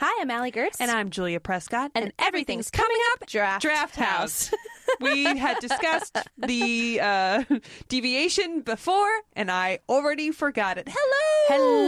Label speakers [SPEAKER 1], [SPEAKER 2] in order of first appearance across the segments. [SPEAKER 1] I'm Allie Gertz.
[SPEAKER 2] And I'm Julia Prescott.
[SPEAKER 1] And everything's coming up Draft,
[SPEAKER 2] Draft House. we had discussed the uh, deviation before, and I already forgot it. Hello.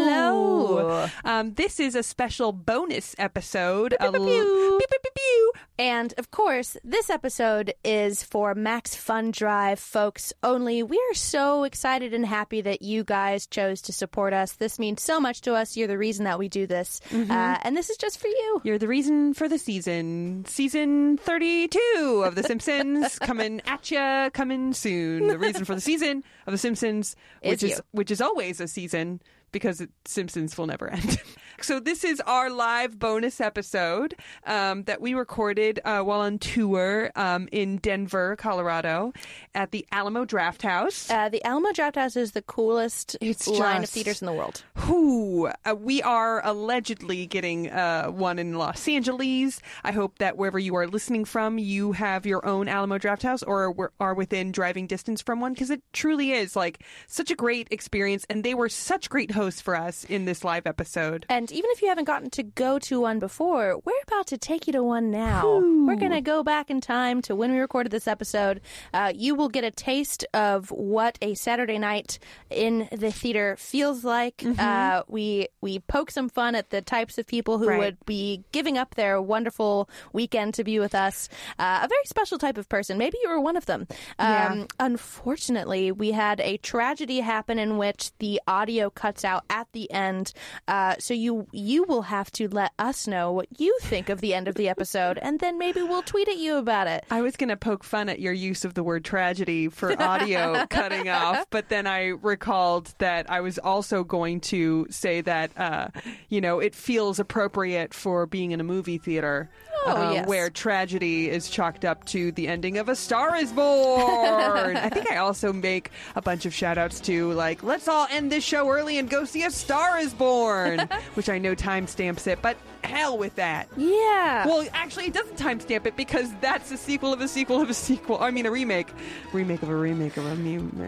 [SPEAKER 1] Hello.
[SPEAKER 2] Um, this is a special bonus episode. a l-
[SPEAKER 1] pew.
[SPEAKER 2] pew, pew, pew, pew.
[SPEAKER 1] And of course, this episode is for Max Fun Drive folks only. We are so excited and happy that you guys chose to support us. This means so much to us. You're the reason that we do this. Uh, and this is just for you.
[SPEAKER 2] You're the reason for the season. Season 32 of The Simpsons coming at ya, coming soon. The reason for the season of The Simpsons,
[SPEAKER 1] Is
[SPEAKER 2] which is,
[SPEAKER 1] you.
[SPEAKER 2] which is always a season because it, Simpsons will never end. so this is our live bonus episode um, that we recorded uh, while on tour um, in Denver, Colorado, at the Alamo Draft House.
[SPEAKER 1] Uh, the Alamo Draft House is the coolest
[SPEAKER 2] It's
[SPEAKER 1] line of
[SPEAKER 2] just-
[SPEAKER 1] theaters in the world.
[SPEAKER 2] Who uh, we are allegedly getting uh, one in Los Angeles. I hope that wherever you are listening from, you have your own Alamo Draft House or were- are within driving distance from one because it truly is like such a great experience. And they were such great hosts for us in this live episode.
[SPEAKER 1] And even if you haven't gotten to go to one before, we're about to take you to one now. We're going to go back in time to when we recorded this episode. Uh, you will get a taste of what a Saturday night in the theater feels like. Uh, we we poke some fun at the types of people who
[SPEAKER 2] Right.
[SPEAKER 1] would be giving up their wonderful weekend to be with us. Uh, a very special type of person. Maybe you were one of them. Um, Unfortunately, we had a tragedy happen in which the audio cuts out at the end. Uh, so you you will have to let us know what you think of the end of the episode, and then maybe we'll tweet at you about it.
[SPEAKER 2] I was going to poke fun at your use of the word tragedy for audio cutting off, but then I recalled that I was also going to say that, uh, you know, it feels appropriate for being in a movie theater
[SPEAKER 1] Oh,
[SPEAKER 2] uh,
[SPEAKER 1] yes.
[SPEAKER 2] where tragedy is chalked up to the ending of A Star is Born. I think I also make a bunch of shout outs to, like, let's all end this show early and go see A Star is Born, which I know timestamps it, but hell with that.
[SPEAKER 1] Yeah.
[SPEAKER 2] Well, actually, it doesn't timestamp it because that's a sequel of a sequel of a sequel. I mean, a remake, remake of a remake of a remake.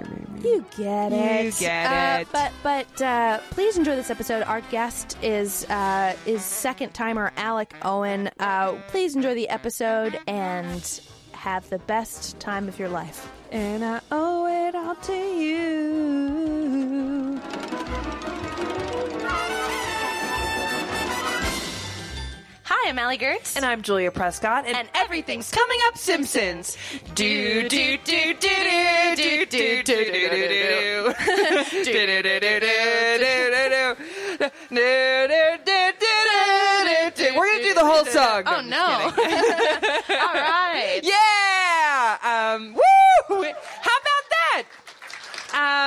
[SPEAKER 1] You get it.
[SPEAKER 2] You get
[SPEAKER 1] Uh,
[SPEAKER 2] it.
[SPEAKER 1] But but uh, please enjoy this episode. Our guest is uh, is second timer Alec Owen. Uh, please enjoy the episode and have the best time of your life.
[SPEAKER 2] And I owe it all to you.
[SPEAKER 1] Hi, I'm Allie Gertz.
[SPEAKER 2] And I'm Julia Prescott, and, everything's coming up Simpsons. Do do do do do do do do do do do do do do do do do do. We're gonna do the whole song.
[SPEAKER 1] Oh no! All right.
[SPEAKER 2] Yeah! Um, woo! How about that?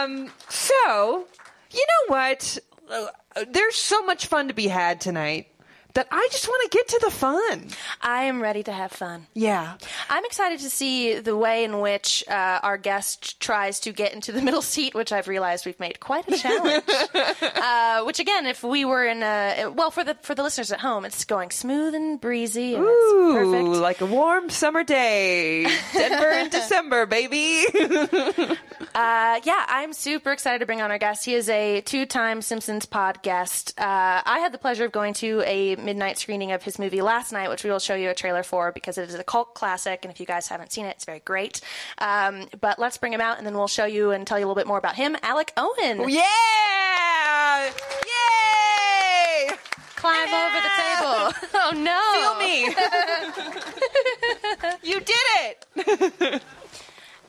[SPEAKER 2] Um, so, you know what? Uh, There's so much fun to be had tonight that I just want to get to the fun.
[SPEAKER 1] I am ready to have fun.
[SPEAKER 2] Yeah.
[SPEAKER 1] I'm excited to see the way in which uh, our guest tries to get into the middle seat, which I've realized we've made quite a challenge. uh, which again, if we were in a well for the for the listeners at home, it's going smooth and breezy. And
[SPEAKER 2] Ooh,
[SPEAKER 1] it's perfect.
[SPEAKER 2] like a warm summer day. Denver in December, baby.
[SPEAKER 1] Uh, yeah, I'm super excited to bring on our guest. He is a two-time Simpsons pod guest. Uh, I had the pleasure of going to a midnight screening of his movie last night, which we will show you a trailer for because it is a cult classic, and if you guys haven't seen it, it's very great. Um, but let's bring him out, and then we'll show you and tell you a little bit more about him. Alec
[SPEAKER 2] Oh,
[SPEAKER 1] Owen,
[SPEAKER 2] yeah! Yay!
[SPEAKER 1] climb over the table. Oh no!
[SPEAKER 2] Feel me. you did it.
[SPEAKER 1] Alec,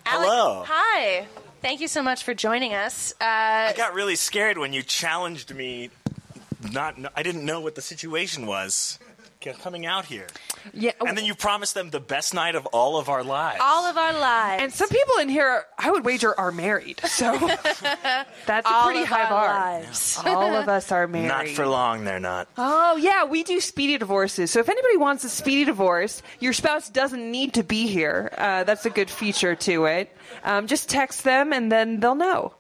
[SPEAKER 3] Hello.
[SPEAKER 1] Hi. Thank you so much for joining us. Uh,
[SPEAKER 3] I got really scared when you challenged me. Not, kn- I didn't know what the situation was c- coming out here,
[SPEAKER 2] Yeah.
[SPEAKER 3] and then you promised them the best night of all of our lives.
[SPEAKER 1] all of our lives.
[SPEAKER 2] And some people in here, I would wager, are married. So that's a
[SPEAKER 1] all
[SPEAKER 2] pretty
[SPEAKER 1] of
[SPEAKER 2] high
[SPEAKER 1] our
[SPEAKER 2] bar.
[SPEAKER 1] lives.
[SPEAKER 2] All of us are married.
[SPEAKER 3] not for long, they're not.
[SPEAKER 2] Oh yeah, we do speedy divorces. So if anybody wants a speedy divorce, your spouse doesn't need to be here. Uh, that's a good feature to it. Um, just text them, and then they'll know.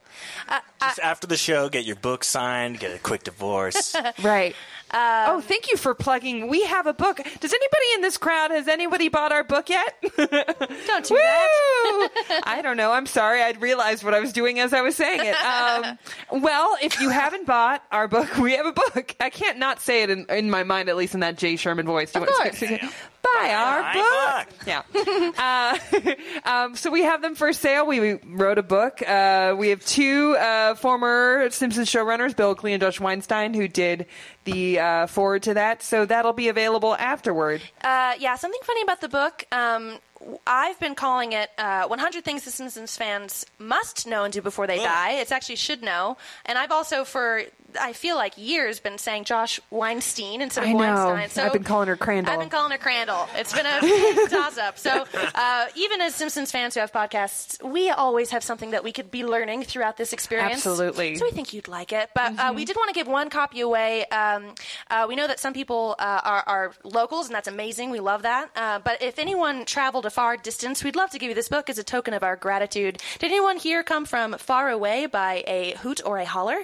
[SPEAKER 3] Just after the show, get your book signed, get a quick divorce.
[SPEAKER 2] Right.
[SPEAKER 1] Um,
[SPEAKER 2] oh, thank you for plugging. We have a book. Does anybody in this crowd has anybody bought our book yet?
[SPEAKER 1] Don't do
[SPEAKER 2] Woo!
[SPEAKER 1] that.
[SPEAKER 2] I don't know. I'm sorry. I'd realized what I was doing as I was saying it. Um, well, if you haven't bought our book, we have a book. I can't not say it in, in my mind, at least in that Jay Sherman voice. Do you
[SPEAKER 1] Of
[SPEAKER 2] want
[SPEAKER 1] course.
[SPEAKER 2] To Buy our
[SPEAKER 3] My
[SPEAKER 2] book. Yeah. Uh, um, so we have them for sale. We, we wrote a book. Uh, we have two uh, former Simpsons showrunners, Bill Oakley and Josh Weinstein, who did the uh, forward to that. So that'll be available afterward.
[SPEAKER 4] Uh, yeah, something funny about the book. Um, w- I've been calling it uh, 100 Things the Simpsons fans must know and do before
[SPEAKER 2] Oh.
[SPEAKER 4] they die. It's actually should know. And I've also, for I feel like years, been saying Josh Weinstein instead of
[SPEAKER 2] I know.
[SPEAKER 4] Weinstein. So
[SPEAKER 2] I've been calling her Crandall.
[SPEAKER 4] I've been calling her Crandall. It's been a toss up. So uh, even as Simpsons fans who have podcasts, we always have something that we could be learning throughout this experience.
[SPEAKER 2] Absolutely.
[SPEAKER 4] So we think you'd like it. But uh, we did want to give one copy away. Um, uh, we know that some people uh, are, are locals, and that's amazing. We love that. Uh, but if anyone traveled a far distance, we'd love to give you this book as a token of our gratitude. Did anyone here come from far away by a hoot or a holler?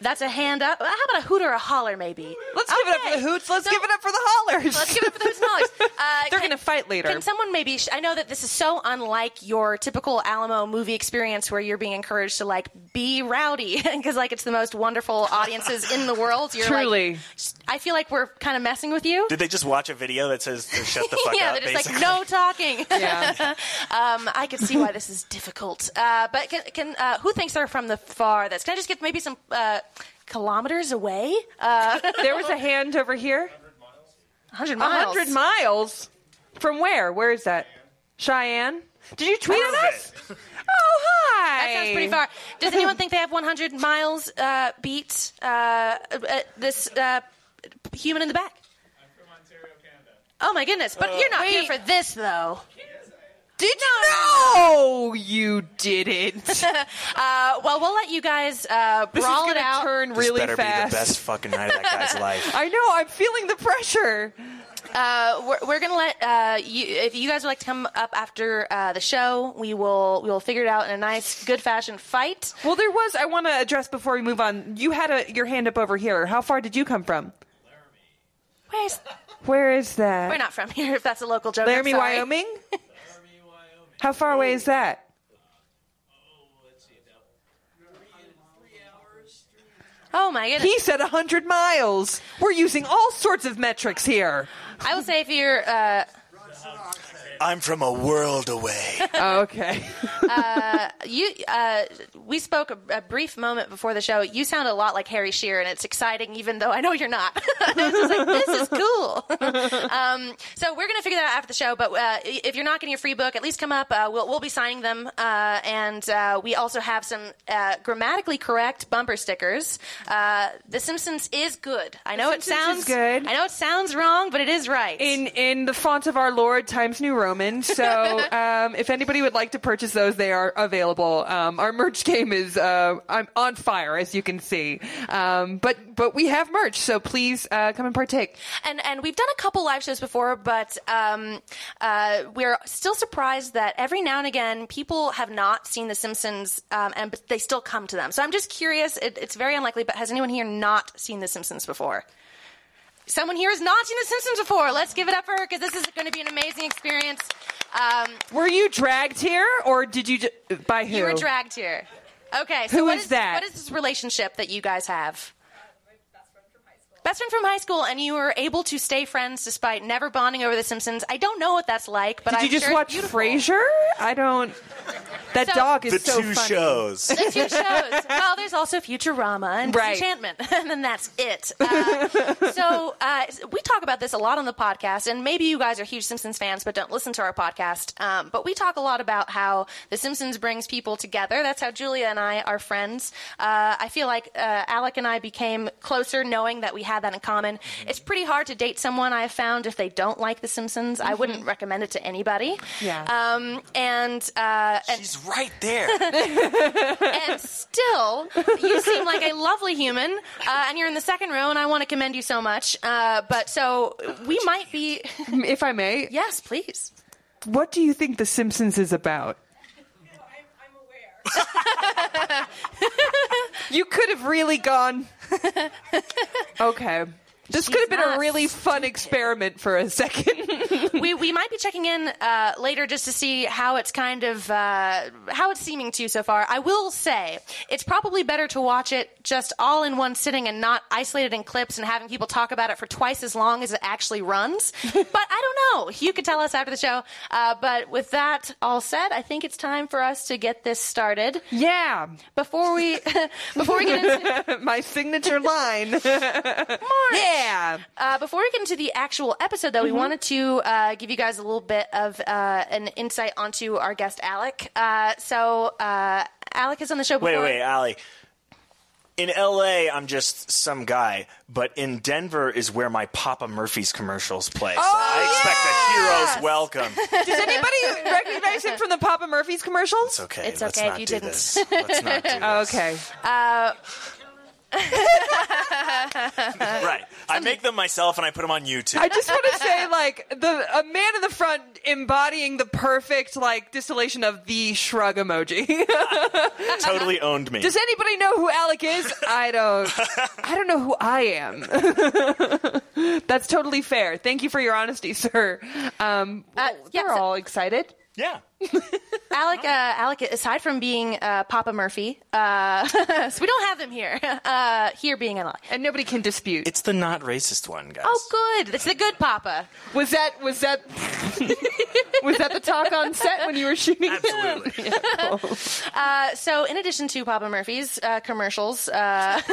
[SPEAKER 4] That's a hand up. How about a hoot or a holler, maybe?
[SPEAKER 2] Let's give it up for the hoots. Let's give it up for the hollers.
[SPEAKER 4] Let's give it up for those knowledge. Uh,
[SPEAKER 2] They're
[SPEAKER 4] can-
[SPEAKER 2] gonna fight later.
[SPEAKER 4] Can someone maybe? Sh- I know that this is so unlike your typical Alamo movie experience, where you're being encouraged to like be rowdy because like it's the most wonderful audiences in the world. You're like-
[SPEAKER 2] Truly.
[SPEAKER 4] I feel like we're kind of messing with you.
[SPEAKER 3] Did they just watch a video that says uh, "Shut the fuck
[SPEAKER 4] yeah,
[SPEAKER 3] up"?
[SPEAKER 4] they're just
[SPEAKER 3] basically?
[SPEAKER 4] like no talking.
[SPEAKER 2] Yeah.
[SPEAKER 4] um, I can see why this is difficult. Uh, but can, can uh, who thinks they're from the farthest? Can I just get maybe some uh, kilometers away? Uh,
[SPEAKER 2] there was a hand over here.
[SPEAKER 4] 100
[SPEAKER 2] A
[SPEAKER 4] miles.
[SPEAKER 2] hundred miles from where? Where is that? Cheyenne. Did you tweet
[SPEAKER 3] Prove
[SPEAKER 2] at us?
[SPEAKER 3] it.
[SPEAKER 2] Oh hi.
[SPEAKER 4] That sounds pretty far. Does anyone think they have 100 miles uh, beat uh, uh, this uh, human in the back? Oh my goodness! But you're not here for this, though.
[SPEAKER 2] Did you? No, you didn't.
[SPEAKER 4] Uh, well, we'll let you guys uh,
[SPEAKER 2] This is
[SPEAKER 4] brawl it
[SPEAKER 2] gonna
[SPEAKER 4] out.
[SPEAKER 2] turn
[SPEAKER 3] This
[SPEAKER 2] really
[SPEAKER 3] better
[SPEAKER 2] fast.
[SPEAKER 3] be the best fucking night of that guy's life.
[SPEAKER 2] I know. I'm feeling the pressure.
[SPEAKER 4] Uh, we're, we're gonna let uh, you. If you guys would like to come up after uh, the show, we will. We will figure it out in a nice, good fashion fight.
[SPEAKER 2] Well, there was. I want to address before we move on. You had a, your hand up over here. How far did you come from?
[SPEAKER 4] Where's
[SPEAKER 2] Where is that?
[SPEAKER 4] we're not from here. If that's a local joke, I'm
[SPEAKER 2] Laramie,
[SPEAKER 4] sorry.
[SPEAKER 2] Wyoming. How far away is that?
[SPEAKER 4] Oh my goodness!
[SPEAKER 2] He said 100 miles. We're using all sorts of metrics here.
[SPEAKER 4] I will say if you're. Uh,
[SPEAKER 3] I'm from a world away.
[SPEAKER 2] Okay.
[SPEAKER 4] You, uh, we spoke a, a brief moment before the show. You sound a lot like Harry Shearer, and it's exciting, even though I know you're not. I was just like, this is cool. um, so we're gonna figure that out after the show. But uh, if you're not getting your free book, at least come up. Uh, we'll, we'll be signing them, uh, and uh, we also have some uh, grammatically correct bumper stickers. Uh, the Simpsons is good. I know it
[SPEAKER 2] Simpsons
[SPEAKER 4] sounds
[SPEAKER 2] is good.
[SPEAKER 4] I know it sounds wrong, but it is right.
[SPEAKER 2] In in the font of our Lord Times New Roman. So um, if anybody would like to purchase those, they are available. Um, our merch game is uh, I'm on fire, as you can see. Um, but but we have merch, so please uh, come and partake.
[SPEAKER 4] and and we've done a couple live shows before, but um, uh, we're still surprised that every now and again people have not seen The Simpsons, um, and but they still come to them. So I'm just curious. It, it's very unlikely, but has anyone here not seen The Simpsons before? Someone here has not seen The Simpsons before. Let's give it up for her because this is going to be an amazing experience. Um,
[SPEAKER 2] Were you dragged here, or did you ju- by who?
[SPEAKER 4] you were dragged here. Okay. So
[SPEAKER 2] Who
[SPEAKER 4] what
[SPEAKER 2] is that?
[SPEAKER 4] What is this relationship that you guys have? Best friend from high school, and you were able to stay friends despite never bonding over The Simpsons. I don't know what that's like, but
[SPEAKER 2] Did
[SPEAKER 4] I'm
[SPEAKER 2] you just
[SPEAKER 4] sure
[SPEAKER 2] watch
[SPEAKER 4] it's beautiful.
[SPEAKER 2] Frasier? I don't. That
[SPEAKER 4] So-
[SPEAKER 2] dog is
[SPEAKER 3] the
[SPEAKER 2] so
[SPEAKER 3] two
[SPEAKER 2] funny.
[SPEAKER 3] shows.
[SPEAKER 4] The two shows. Well, there's also Futurama and
[SPEAKER 2] Right.
[SPEAKER 4] Enchantment, and then that's it. Uh, so uh, we talk about this a lot on the podcast, and maybe you guys are huge Simpsons fans, but don't listen to our podcast. Um, but we talk a lot about how The Simpsons brings people together. That's how Julia and I are friends. Uh, I feel like uh, Alec and I became closer knowing that we had that in common.
[SPEAKER 2] Mm-hmm.
[SPEAKER 4] It's pretty hard to date someone I have found if they don't like The Simpsons. I wouldn't recommend it to anybody.
[SPEAKER 2] Mm-hmm. Yeah.
[SPEAKER 4] Um, and uh, and
[SPEAKER 3] She's right there.
[SPEAKER 4] and still, you seem like a lovely human, uh, and you're in the second row, and I want to commend you so much. Uh, but so we might be.
[SPEAKER 2] If I may,
[SPEAKER 4] yes, please.
[SPEAKER 2] what do you think The Simpsons is about? You could have really gone. okay. This could have been a
[SPEAKER 4] not
[SPEAKER 2] really fun experiment for a second.
[SPEAKER 4] we we might be checking in uh, later just to see how it's kind of uh, how it's seeming to you so far. I will say it's probably better to watch it just all in one sitting and not isolated in clips and having people talk about it for twice as long as it actually runs. but I don't know. You could tell us after the show. Uh, but with that all said, I think it's time for us to get this started.
[SPEAKER 2] yeah.
[SPEAKER 4] Before we before we get into
[SPEAKER 2] My signature line. Yeah.
[SPEAKER 4] Uh, before we get into the actual episode, though, we
[SPEAKER 3] Mm-hmm.
[SPEAKER 4] wanted to uh, give you guys a little bit of uh, an insight onto our guest, Alec. Uh, so, uh, Alec is on the show
[SPEAKER 3] Wait,
[SPEAKER 4] before.
[SPEAKER 3] wait, uh, Allie. In LA, I'm just some guy, but in Denver is where my Papa Murphy's commercials play. so
[SPEAKER 4] Oh,
[SPEAKER 3] I expect a hero's welcome.
[SPEAKER 2] Does anybody recognize him from the Papa Murphy's commercials?
[SPEAKER 3] It's okay.
[SPEAKER 4] It's
[SPEAKER 3] let's
[SPEAKER 4] okay if
[SPEAKER 3] not
[SPEAKER 4] you
[SPEAKER 3] do
[SPEAKER 4] didn't.
[SPEAKER 3] This. Let's not do this.
[SPEAKER 2] Okay.
[SPEAKER 3] Right. I make them myself and I put them on YouTube.
[SPEAKER 2] I just want to say, like, the a man in the front embodying the perfect, like, distillation of the shrug emoji.
[SPEAKER 3] totally owned me.
[SPEAKER 2] Does anybody know who Alec is? I don't. I don't know who I am. That's totally fair. Thank you for your honesty, sir. Um,
[SPEAKER 4] Uh, yeah,
[SPEAKER 2] we're
[SPEAKER 4] so-
[SPEAKER 2] all excited.
[SPEAKER 3] yeah.
[SPEAKER 4] Alec, uh, Alec, aside from being uh, Papa Murphy, uh, so we don't have them here. Uh, here being Alec.
[SPEAKER 2] and nobody can dispute.
[SPEAKER 3] It's the not racist one, guys.
[SPEAKER 4] Oh, good. That's the good Papa.
[SPEAKER 2] was that was that was that the talk on set when you were shooting?
[SPEAKER 3] Absolutely.
[SPEAKER 4] Uh, so, in addition to Papa Murphy's uh, commercials, uh,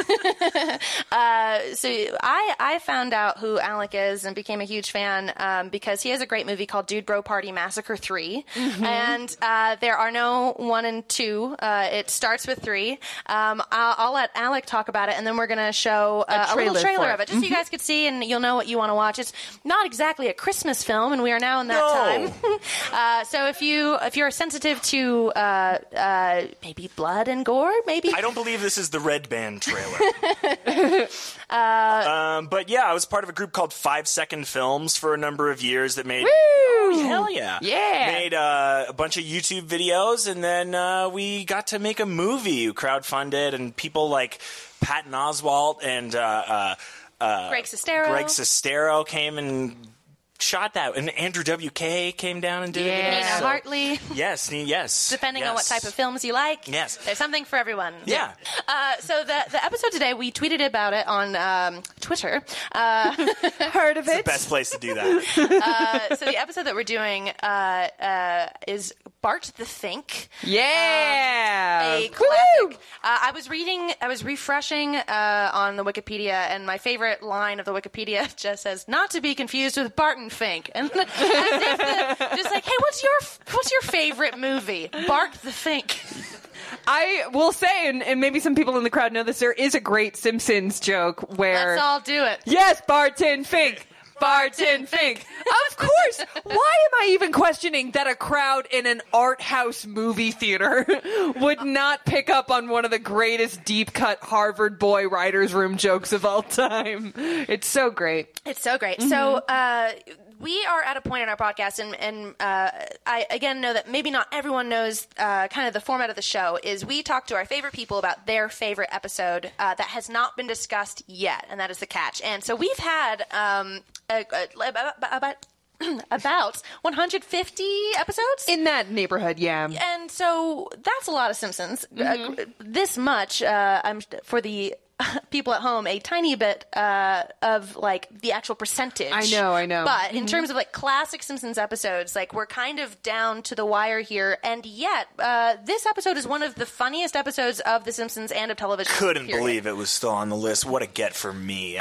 [SPEAKER 4] uh, so I, I found out who Alec is and became a huge fan um, because he has a great movie called Dude Bro Party Massacre 3.
[SPEAKER 2] Mm-hmm.
[SPEAKER 4] And uh, there are no one and two. Uh, it starts with three. Um, I'll, I'll let Alec talk about it, and then we're going to show uh, a, little
[SPEAKER 2] trailer
[SPEAKER 4] trailer
[SPEAKER 2] for
[SPEAKER 4] of
[SPEAKER 2] it. Mm-hmm.
[SPEAKER 4] it just so you guys could see and you'll know what you want to watch. It's not exactly a Christmas film, and we are now in that
[SPEAKER 3] No.
[SPEAKER 4] time. Uh, so if you if you're sensitive to uh, uh, maybe blood and gore, maybe
[SPEAKER 3] I don't believe this is the Red Band trailer. um, but yeah, I was part of a group called Five Second Films for a number of years that made. Oh, hell yeah.
[SPEAKER 2] Yeah.
[SPEAKER 3] Made uh, a bunch of YouTube videos, and then uh, we got to make a movie, crowdfunded, and people like Patton Oswalt and. Uh, uh, uh,
[SPEAKER 4] Greg Sestero.
[SPEAKER 3] Greg Sestero came and shot that, and Andrew WK came down and did it.
[SPEAKER 2] Yeah.
[SPEAKER 4] Nina
[SPEAKER 3] So-
[SPEAKER 4] Hartley.
[SPEAKER 3] Yes, ne- yes.
[SPEAKER 4] Depending on what
[SPEAKER 3] yes.
[SPEAKER 4] type of films you like,
[SPEAKER 3] Yes.
[SPEAKER 4] there's something for everyone.
[SPEAKER 3] Yeah.
[SPEAKER 4] Uh, so the the episode today, we tweeted about it on um, Twitter. Uh,
[SPEAKER 2] Heard of it?
[SPEAKER 3] Best place to do that.
[SPEAKER 4] so the episode that we're doing uh, uh, is Bart the Think.
[SPEAKER 2] Yeah.
[SPEAKER 4] a
[SPEAKER 2] Um, Woo!
[SPEAKER 4] classic. Uh, I was reading, I was refreshing uh, on the Wikipedia, and my favorite line of the Wikipedia just says, "Not to be confused with Barton Fink." And as if the- just like, hey, what's your what's your favorite movie? Bark the Fink.
[SPEAKER 2] I will say, and, and maybe some people in the crowd know this. There is a great Simpsons joke where
[SPEAKER 4] Let's all do it.
[SPEAKER 2] Yes, Barton Fink. Barton Fink. Of course. Why am I even questioning that a crowd in an art house movie theater would not pick up on one of the greatest deep cut Harvard boy writers room jokes of all time? It's so great.
[SPEAKER 4] It's so great. So uh, we are at a point in our podcast, and, and uh, I again know that maybe not everyone knows uh, kind of the format of the show is we talk to our favorite people about their favorite episode uh, that has not been discussed yet, and that is the catch. And so we've had um, a, a, about. about about 150 episodes
[SPEAKER 2] In that neighborhood, yeah.
[SPEAKER 4] and so that's a lot of Simpsons. Uh, this much, uh, I'm for the people at home a tiny bit uh, of like the actual percentage.
[SPEAKER 2] I know, I know.
[SPEAKER 4] But in terms of like classic Simpsons episodes, like we're kind of down to the wire here, and yet uh, this episode is one of the funniest episodes of The Simpsons and of television.
[SPEAKER 3] Couldn't
[SPEAKER 4] period.
[SPEAKER 3] believe it was still on the list. What a get for me.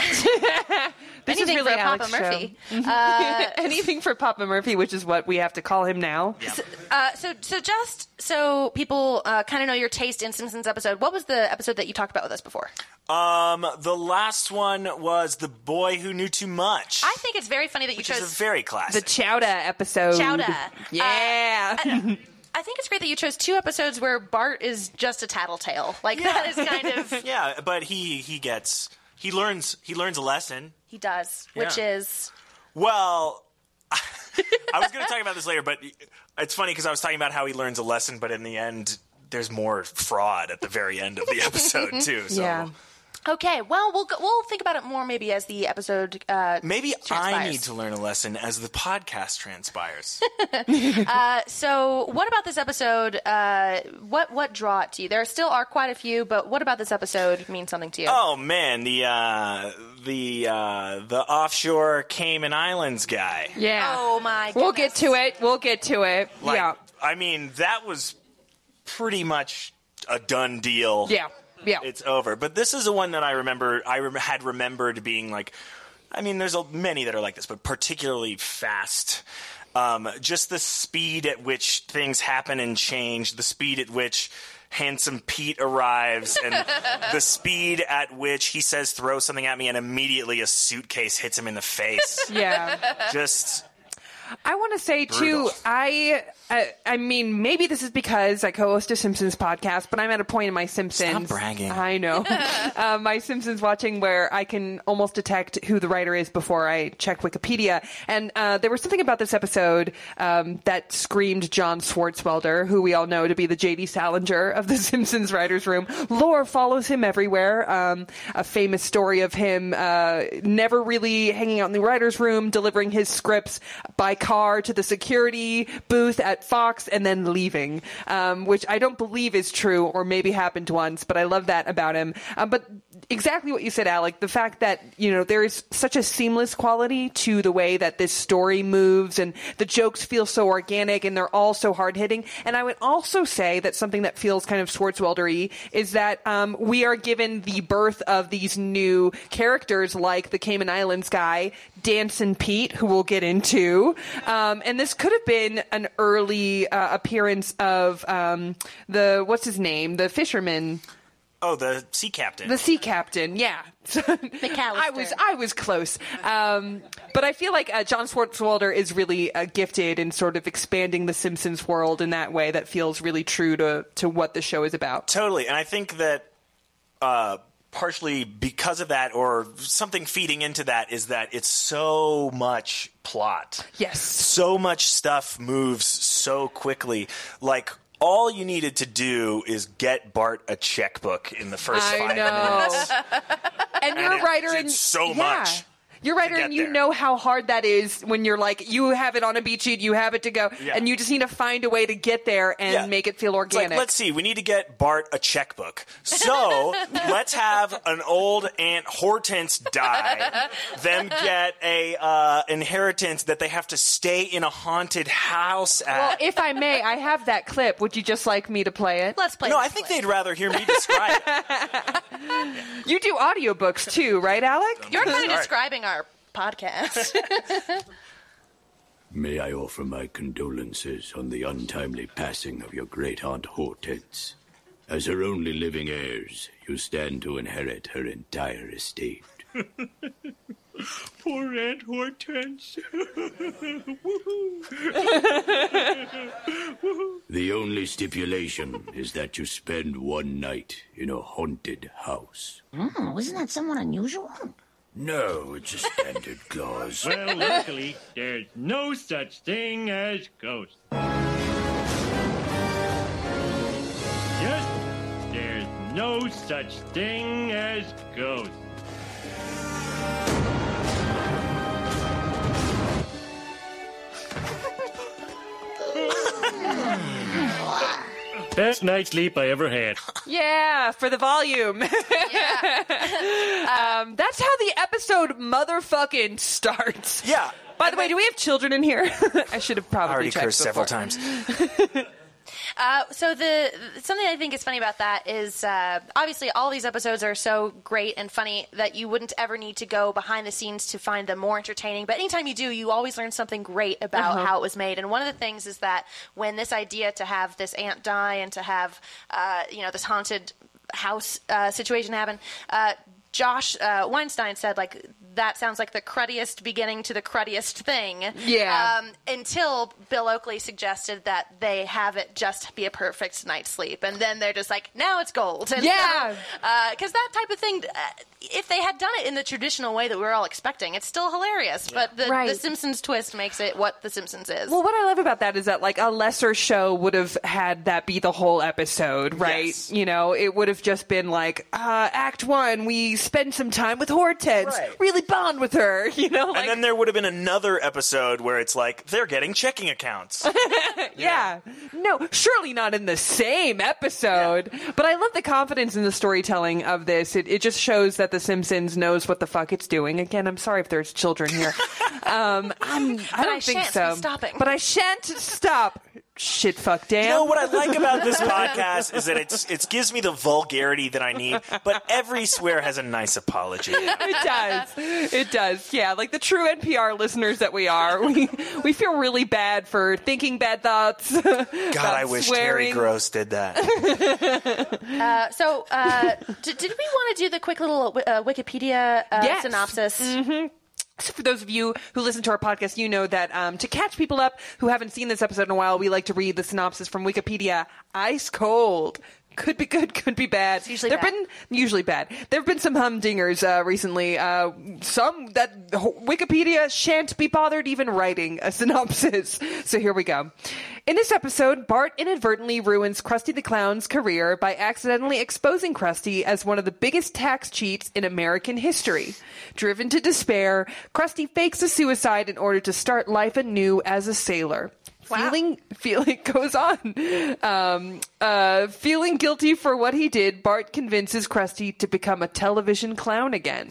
[SPEAKER 2] This
[SPEAKER 4] Anything
[SPEAKER 2] is really
[SPEAKER 4] for a Papa
[SPEAKER 2] Alex's
[SPEAKER 4] Murphy. Uh,
[SPEAKER 2] show. Anything for Papa Murphy, which is what we have to call him now.
[SPEAKER 4] Uh, so, so just so people uh, kind of know your taste in Simpsons episode, what was the episode that you talked about with us before?
[SPEAKER 3] Um, the last one was The Boy Who Knew Too Much.
[SPEAKER 4] I think it's very funny that you
[SPEAKER 3] which
[SPEAKER 4] chose
[SPEAKER 3] is a very
[SPEAKER 2] The
[SPEAKER 3] classic.
[SPEAKER 2] Chowda episode.
[SPEAKER 4] Chowda. Uh,
[SPEAKER 2] Yeah.
[SPEAKER 4] I think it's great that you chose two episodes where Bart is just a tattletale. Like that is kind of
[SPEAKER 3] yeah, but he he gets he learns he learns a lesson.
[SPEAKER 4] he does, which
[SPEAKER 3] Yeah.
[SPEAKER 4] is
[SPEAKER 3] Well, I was going to talk about this later, but it's funny because I was talking about how he learns a lesson, but in the end, there's more fraud at the very end of the episode too. So
[SPEAKER 4] uh,
[SPEAKER 2] Yeah.
[SPEAKER 4] Okay, well, we'll go, we'll think about it more maybe as the episode. Uh,
[SPEAKER 3] maybe I
[SPEAKER 4] Transpires.
[SPEAKER 3] need to learn a lesson as the podcast transpires.
[SPEAKER 4] so, what about this episode? Uh, what what draw it to you? There still are quite a few, but what about this episode means something to you?
[SPEAKER 3] Oh man, the uh, the uh, the offshore Cayman Islands guy.
[SPEAKER 2] Yeah.
[SPEAKER 4] Oh, my! Goodness.
[SPEAKER 2] We'll get to it. We'll get to it.
[SPEAKER 3] Like,
[SPEAKER 2] yeah.
[SPEAKER 3] I mean, that was pretty much a done deal.
[SPEAKER 2] Yeah. Yeah.
[SPEAKER 3] It's over. But this is the one that I remember. I rem- had remembered being like, I mean, there's a, many that are like this, but particularly fast. Um, just the speed at which things happen and change, the speed at which handsome Pete arrives, and the speed at which he says, "Throw something at me," and immediately a suitcase hits him in the face.
[SPEAKER 2] yeah.
[SPEAKER 3] just
[SPEAKER 2] I want to say
[SPEAKER 3] Brutal.
[SPEAKER 2] too. I, I I mean, maybe this is because I co-host a Simpsons podcast, but I'm at a point in my Simpsons.
[SPEAKER 3] bragging.
[SPEAKER 2] I know uh, my Simpsons watching where I can almost detect who the writer is before I check Wikipedia. And uh, there was something about this episode um, that screamed John Swartzwelder, who we all know to be the J.D. Salinger of the Simpsons writers' room. Lore follows him everywhere. Um, a famous story of him uh, never really hanging out in the writers' room, delivering his scripts by car to the security booth at Fox, and then leaving, um, which I don't believe is true or maybe happened once, but I love that about him. Um, but exactly what you said, Alec, the fact that, you know, there is such a seamless quality to the way that this story moves and the jokes feel so organic and they're all so hard hitting. And I would also say that something that feels kind of Swartzwelder is that um, we are given the birth of these new characters like the Cayman Islands guy, Danson Pete, who we'll get into. Um, and this could have been an early uh, appearance of um, the, what's his name? The fisherman.
[SPEAKER 3] oh, the sea captain.
[SPEAKER 2] The sea captain, yeah. McAllister. I was I was close, um, but I feel like uh, John Swartzwelder is really uh, gifted in sort of expanding the Simpsons world in that way that feels really true to to what the show is about.
[SPEAKER 3] Totally, and I think that uh, partially because of that, or something feeding into that, is that it's so much plot.
[SPEAKER 2] Yes.
[SPEAKER 3] So much stuff moves so quickly. Like all you needed to do is get Bart a checkbook in the first
[SPEAKER 2] I
[SPEAKER 3] five
[SPEAKER 2] know.
[SPEAKER 3] minutes.
[SPEAKER 2] and
[SPEAKER 3] And
[SPEAKER 2] you're
[SPEAKER 3] it
[SPEAKER 2] a writer
[SPEAKER 3] did
[SPEAKER 2] and
[SPEAKER 3] so
[SPEAKER 2] yeah.
[SPEAKER 3] much
[SPEAKER 2] You're a writer
[SPEAKER 3] to
[SPEAKER 2] and
[SPEAKER 3] get
[SPEAKER 2] you
[SPEAKER 3] there.
[SPEAKER 2] know how hard that is when you're like you have it on a beat sheet, you have it to go,
[SPEAKER 3] Yeah.
[SPEAKER 2] and you just need to find a way to get there and
[SPEAKER 3] Yeah.
[SPEAKER 2] make it feel
[SPEAKER 3] It's like,
[SPEAKER 2] organic.
[SPEAKER 3] let's see, we need to get Bart a checkbook. So let's have an old Aunt Hortense die, then get a uh, inheritance that they have to stay in a haunted house
[SPEAKER 2] well,
[SPEAKER 3] at.
[SPEAKER 2] if I may, I have that clip. Would you just like me to play it?
[SPEAKER 4] Let's play.
[SPEAKER 3] no,
[SPEAKER 4] this
[SPEAKER 3] I think
[SPEAKER 4] clip.
[SPEAKER 3] they'd rather hear me describe it.
[SPEAKER 2] You do audiobooks too, right, Alec?
[SPEAKER 4] you're kind
[SPEAKER 3] Sorry.
[SPEAKER 4] of describing our podcast.
[SPEAKER 5] May I offer my condolences on the untimely passing of your great aunt Hortense. As her only living heirs, you stand to inherit her entire estate.
[SPEAKER 6] Poor Aunt Hortense.
[SPEAKER 5] The only stipulation is that you spend one night in a haunted house.
[SPEAKER 7] Oh, isn't that somewhat unusual?
[SPEAKER 5] No, it's a standard clause.
[SPEAKER 6] Well, luckily, there's no such thing as ghosts. Yes, there's no such thing as ghosts. Best night's sleep I ever had.
[SPEAKER 2] Yeah, for the volume. um, that's how the episode motherfucking starts.
[SPEAKER 3] Yeah.
[SPEAKER 2] By the way, do we have children in here? I should have probably
[SPEAKER 3] I already
[SPEAKER 2] checked
[SPEAKER 3] cursed several
[SPEAKER 2] before.
[SPEAKER 3] times.
[SPEAKER 4] Uh, so the something I think is funny about that is uh, obviously all these episodes are so great and funny that you wouldn't ever need to go behind the scenes to find them more entertaining. But anytime you do, you always learn something great about how it was made. And one of the things is that when this idea to have this aunt die and to have uh, you know this haunted house uh, situation happen. Uh, Josh uh, Weinstein said, like, that sounds like the cruddiest beginning to the cruddiest thing.
[SPEAKER 2] Yeah.
[SPEAKER 4] Um, until Bill Oakley suggested that they have it just be a perfect night's sleep. And then they're just like, now it's gold. And
[SPEAKER 2] Yeah.
[SPEAKER 4] Because that type of thing, uh, if they had done it in the traditional way that we were all expecting, it's still hilarious. But the, the
[SPEAKER 2] Right.
[SPEAKER 4] Simpsons twist makes it what The Simpsons is.
[SPEAKER 2] Well, what I love about that is that like a lesser show would have had that be the whole episode, right?
[SPEAKER 3] Yes.
[SPEAKER 2] You know, it would have just been like uh, Act One. We spend some time with Hortense,
[SPEAKER 3] Right.
[SPEAKER 2] really bond with her. You know, like
[SPEAKER 3] and then there would have been another episode where it's like they're getting checking accounts.
[SPEAKER 2] yeah. no, surely not in the same episode. But I love the confidence in the storytelling of this. It, it just shows that The Simpsons knows what the fuck it's doing. Again, I'm sorry if there's children here. um, I'm, I don't
[SPEAKER 4] I
[SPEAKER 2] think
[SPEAKER 4] shan't
[SPEAKER 2] so.
[SPEAKER 4] be stopping.
[SPEAKER 2] But I shan't stop. Shit, fuck, damn.
[SPEAKER 3] You know what I like about this podcast is that it's it gives me the vulgarity that I need, but every swear has a nice apology.
[SPEAKER 2] it does. It does. Yeah, like the true NPR listeners that we are, we we feel really bad for thinking bad thoughts. God,
[SPEAKER 3] God, I wish Terry Gross did that.
[SPEAKER 4] So, uh, d- did we want to do the quick little uh, Wikipedia uh,
[SPEAKER 2] Yes. Mm-hmm.
[SPEAKER 4] synopsis?
[SPEAKER 2] So for those of you who listen to our podcast, you know that um, to catch people up who haven't seen this episode in a while, we like to read the synopsis from Wikipedia. Ice cold. Could be good, could be bad.
[SPEAKER 4] usually
[SPEAKER 2] There've
[SPEAKER 4] bad.
[SPEAKER 2] been usually bad. There have been some humdingers uh, recently. Uh, some that Wikipedia shan't be bothered even writing a synopsis. So here we go. In this episode, Bart inadvertently ruins Krusty the Clown's career by accidentally exposing Krusty as one of the biggest tax cheats in American history. Driven to despair, Krusty fakes a suicide in order to start life anew as a sailor. Feeling, feeling goes on. Um, uh, feeling guilty for what he did, Bart convinces Krusty to become a television clown again.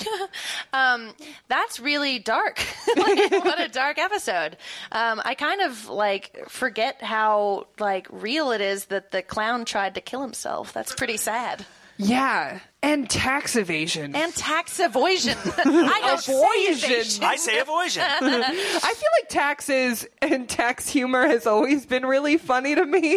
[SPEAKER 4] Um, that's really dark. Like, what a dark episode. Um, I kind of like forget how like real it is that the clown tried to kill himself. That's pretty sad.
[SPEAKER 2] yeah, and tax evasion.
[SPEAKER 4] And tax evasion. I don't say
[SPEAKER 2] Evasion.
[SPEAKER 4] evasion.
[SPEAKER 3] I say evasion.
[SPEAKER 2] I feel like taxes and tax humor has always been really funny to me.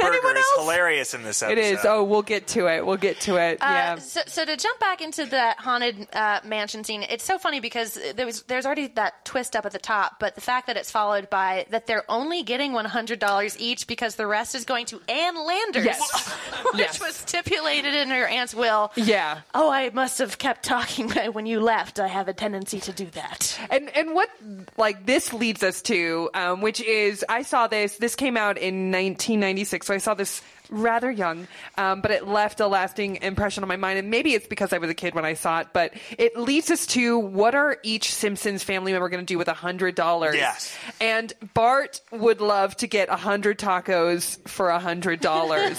[SPEAKER 2] Anyone
[SPEAKER 3] Burger is
[SPEAKER 2] else?
[SPEAKER 3] hilarious in this
[SPEAKER 2] It
[SPEAKER 3] episode.
[SPEAKER 2] is. Oh, we'll get to it. We'll get to it. yeah.
[SPEAKER 4] Uh, so, so to jump back into that haunted uh, mansion scene, it's so funny because there was there's already that twist up at the top, but the fact that it's followed by that they're only getting one hundred dollars each because the rest is going to Anne Landers,
[SPEAKER 2] Yes.
[SPEAKER 4] which
[SPEAKER 2] Yes.
[SPEAKER 4] was stipulated in her aunt's will.
[SPEAKER 2] Yeah.
[SPEAKER 4] Oh, I must have kept talking when you left. I have a tendency to do that.
[SPEAKER 2] and and what like this leads us to, um, which is I saw this. This came out in 1996, so I saw this rather young, um, but it left a lasting impression on my mind. And maybe it's because I was a kid when I saw it, but it leads us to what are each Simpsons family member going to do with a hundred dollars?
[SPEAKER 3] Yes.
[SPEAKER 2] And Bart would love to get a hundred tacos for a hundred dollars.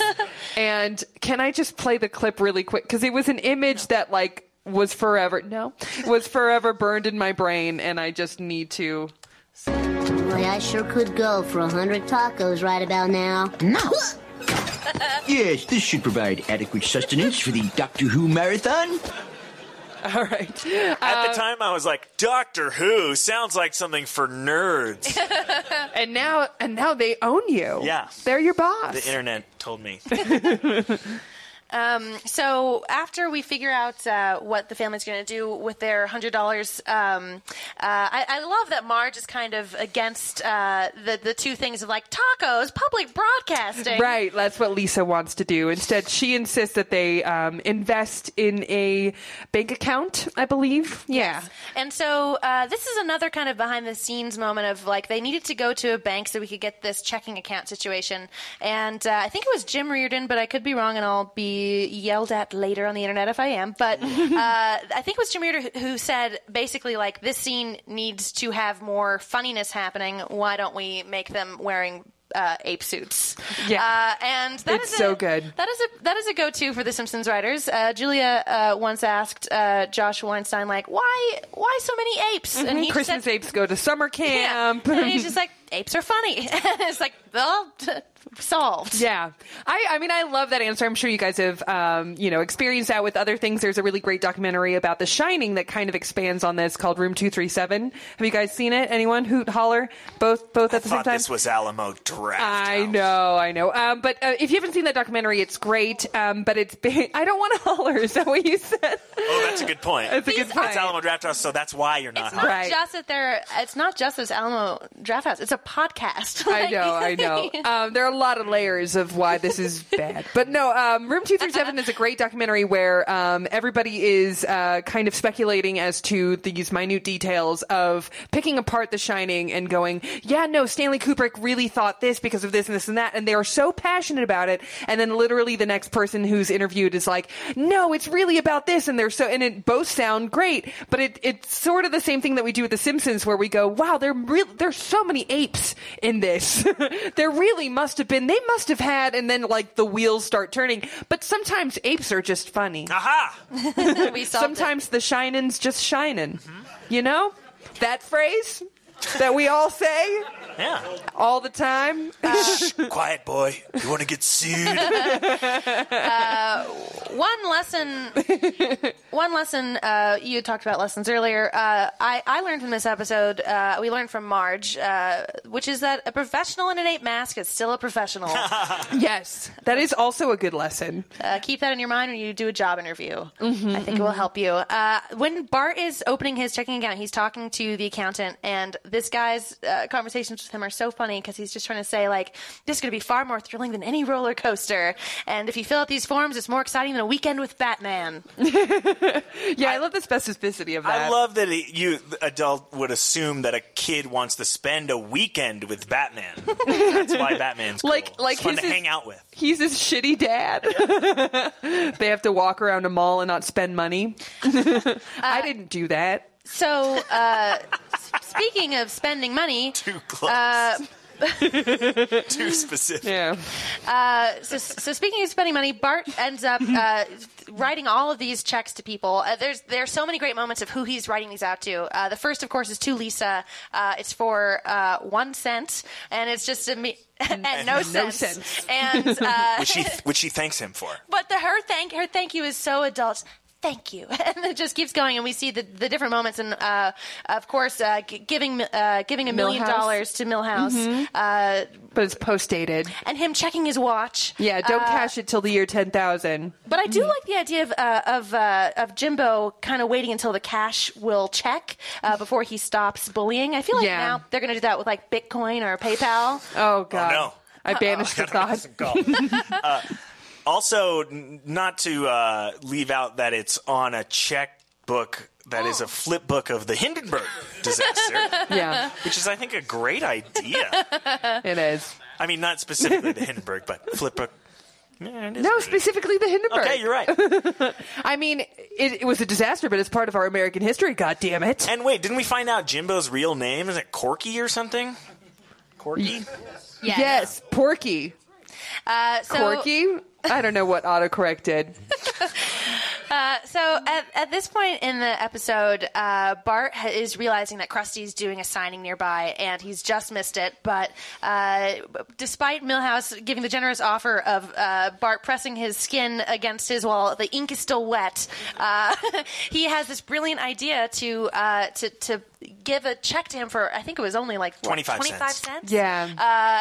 [SPEAKER 2] and can I just play the clip really quick? Because it was an image that like was forever no was forever burned in my brain, and I just need to.
[SPEAKER 8] Boy, I sure could go for a hundred tacos right about now.
[SPEAKER 7] No.
[SPEAKER 9] Yes, this should provide adequate sustenance for the Doctor Who marathon.
[SPEAKER 2] All right.
[SPEAKER 3] At the
[SPEAKER 2] uh,
[SPEAKER 3] time, I was like, Doctor Who sounds like something for nerds.
[SPEAKER 2] And now and now they own you.
[SPEAKER 3] Yeah.
[SPEAKER 2] They're your boss.
[SPEAKER 3] the internet told me.
[SPEAKER 4] So after we figure out uh, what the family's going to do with their hundred dollars, um, uh, I, I love that Marge is kind of against uh, the the two things of like tacos, public broadcasting,
[SPEAKER 2] Right, that's what Lisa wants to do. Instead, she insists that they um, invest in a bank account, I believe. Yeah.
[SPEAKER 4] And so uh, this is another kind of behind the scenes moment of like they needed to go to a bank so we could get this checking account situation. And uh, I think it was Jim Reardon, but I could be wrong, and I'll be yelled at later on the internet if I am. But uh, I think it was Jim Reardon who- who said basically like this scene needs to have more funniness happening. Why don't we make them wearing uh, ape suits?
[SPEAKER 2] Yeah.
[SPEAKER 4] uh, and that
[SPEAKER 2] It's
[SPEAKER 4] is
[SPEAKER 2] so
[SPEAKER 4] a,
[SPEAKER 2] good.
[SPEAKER 4] that is a that is a go to for the Simpsons writers. Uh, Julia uh, once asked uh, Josh Weinstein like, "Why why so many apes?" And he
[SPEAKER 2] Mm-hmm. Christmas
[SPEAKER 4] said,
[SPEAKER 2] apes go to summer
[SPEAKER 4] Yeah.
[SPEAKER 2] camp.
[SPEAKER 4] And he's just like, "Apes are funny." it's like, well, solved.
[SPEAKER 2] Yeah, I, I mean, I love that answer. I'm sure you guys have, um, you know, experienced that with other things. There's a really great documentary about The Shining that kind of expands on this called Room Two Three Seven. Have you guys seen it? Anyone? Hoot, holler, both, both at the same
[SPEAKER 3] Thought
[SPEAKER 2] time.
[SPEAKER 3] this was Alamo Draft.
[SPEAKER 2] I
[SPEAKER 3] House.
[SPEAKER 2] know, I know. Um, but uh, if you haven't seen that documentary, it's great. Um, but it's big. I don't want to holler. Is that what you said?
[SPEAKER 3] Oh, that's a good point.
[SPEAKER 2] That's a good point.
[SPEAKER 3] It's Alamo Draft House, so that's why you're not.
[SPEAKER 4] It's not
[SPEAKER 3] hot.
[SPEAKER 2] Right.
[SPEAKER 4] just that they're. It's not just this Alamo Draft House. It's a podcast.
[SPEAKER 2] I know, I know. Um, there are a lot of layers of why this is bad. But no, um, Room 237 is a great documentary where um, everybody is uh, kind of speculating as to these minute details of picking apart The Shining and going, yeah, no, Stanley Kubrick really thought this because of this and this and that. And they are so passionate about it. And then literally the next person who's interviewed is like, no, it's really about this. And they're so, and it both sound great, but it, it's sort of the same thing that we do with The Simpsons where we go, wow, there really, there's so many apes in this. there really must have been, they must have had, and then like the wheels start turning. But sometimes apes are just funny.
[SPEAKER 3] Aha!
[SPEAKER 4] we solved it.
[SPEAKER 2] Sometimes the shinin's just shining. You know? That phrase that we all say
[SPEAKER 3] Yeah.
[SPEAKER 2] all the time.
[SPEAKER 3] Quiet boy. You want to get sued?
[SPEAKER 4] one lesson one lesson uh, you talked about lessons earlier uh, I, I learned from this episode uh, we learned from marge uh, which is that a professional in an ape mask is still a professional
[SPEAKER 2] yes. That is also a good lesson.
[SPEAKER 4] uh, keep that in your mind when you do a job interview i think it will help you uh, when bart is opening his checking account he's talking to the accountant and this guy's uh, conversations with him are so funny because he's just trying to say like this is going to be far more thrilling than any roller coaster and if you fill out these forms it's more exciting than a weekend with batman
[SPEAKER 2] Yeah, I, love the specificity of that.
[SPEAKER 3] I love that it, you the adult would assume that a kid wants to spend a weekend with Batman. That's why Batman's cool.
[SPEAKER 2] Like- like
[SPEAKER 3] it's fun
[SPEAKER 2] his
[SPEAKER 3] to
[SPEAKER 2] is-
[SPEAKER 3] hang out with.
[SPEAKER 2] He's his shitty dad. they have to walk around a mall and not spend money. I didn't do that.
[SPEAKER 4] So, uh, s- speaking of spending money,
[SPEAKER 3] Too close. Too specific.
[SPEAKER 2] Yeah.
[SPEAKER 4] so, so speaking of spending money, Bart ends up uh, writing all of these checks to people. Uh, there's there are so many great moments of who he's writing these out to. Uh, the first, of course, is to Lisa. Uh, it's for uh, one cent, and it's just a me- and, no, sense.
[SPEAKER 2] sense.
[SPEAKER 4] And uh,
[SPEAKER 3] Which she, which she thanks him for.
[SPEAKER 4] but the her thank her thank you is so adult. Thank you, and it just keeps going, and we see the, the different moments, and uh, of course, uh, g- giving uh, giving a million
[SPEAKER 2] Milhouse.
[SPEAKER 4] dollars to Millhouse, uh,
[SPEAKER 2] But it's post dated.
[SPEAKER 4] and him checking his watch. Uh,
[SPEAKER 2] Yeah, don't Mm. cash it till the year 10,000.
[SPEAKER 4] But I do like the idea of uh, of uh, of Jimbo kind of waiting until the cash will check uh, before he stops bullying. I feel like
[SPEAKER 2] Yeah.
[SPEAKER 4] now they're going to do that with like Bitcoin or PayPal.
[SPEAKER 2] Oh, God.
[SPEAKER 3] no.
[SPEAKER 2] I banished the
[SPEAKER 3] Gotta make
[SPEAKER 2] thought.
[SPEAKER 3] some golf. Uh, also, n- not to uh, leave out that it's on a checkbook that is a flip book of the Hindenburg disaster,
[SPEAKER 2] Yeah,
[SPEAKER 3] which is, I think, a great idea.
[SPEAKER 2] it is.
[SPEAKER 3] I mean, not specifically the Hindenburg, but flip book. Yeah, it is
[SPEAKER 2] No,
[SPEAKER 3] great.
[SPEAKER 2] specifically the Hindenburg.
[SPEAKER 3] Okay, you're right.
[SPEAKER 2] I mean, it, it was a disaster, but it's part of our American history, God damn it.
[SPEAKER 3] And wait, didn't we find out Jimbo's real name? Is it Corky or something? Corky?
[SPEAKER 4] Yeah.
[SPEAKER 2] Yes, Porky.
[SPEAKER 4] Uh, so,
[SPEAKER 2] Porky? I don't know what autocorrect did.
[SPEAKER 4] So at, at this point in the episode, uh, Bart ha- is realizing that Krusty's doing a signing nearby, and he's just missed it. But uh, b- despite Millhouse giving the generous offer of uh, Bart pressing his skin against his wall, the ink is still wet. Uh, he has this brilliant idea to uh, to to give a check to him for I think it was only like what,
[SPEAKER 3] 25 cents.
[SPEAKER 4] 25 cents.
[SPEAKER 2] Yeah.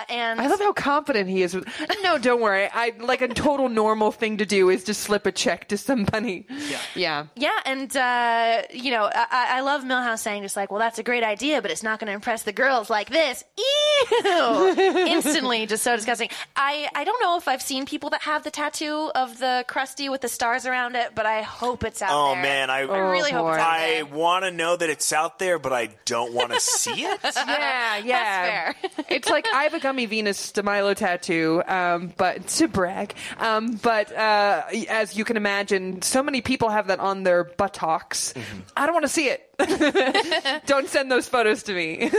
[SPEAKER 4] Uh, and
[SPEAKER 2] I love how confident he is. With, no, don't worry. I like a total normal thing to do is to slip a check to somebody. Yeah. Yeah.
[SPEAKER 4] Yeah, and uh, you know, I, I I love Milhouse saying just like, "Well, that's a great idea, but it's not going to impress the girls like this." Ew! Instantly, just so disgusting. I I don't know if I've seen people that have the tattoo of the crusty with the stars around it, but I hope it's out
[SPEAKER 3] Oh,
[SPEAKER 4] there.
[SPEAKER 3] man, I-
[SPEAKER 4] I really
[SPEAKER 2] Oh,
[SPEAKER 4] hope it's out
[SPEAKER 3] I
[SPEAKER 4] there.
[SPEAKER 3] want to know that it's out there, but I don't want to see it.
[SPEAKER 2] Yeah, yeah.
[SPEAKER 4] That's fair.
[SPEAKER 2] it's like I have a gummy Venus Demilo tattoo, um, but to brag. Um, but uh, as you can imagine, so many people have that on their buttocks. I don't want to see it. don't send those photos to me.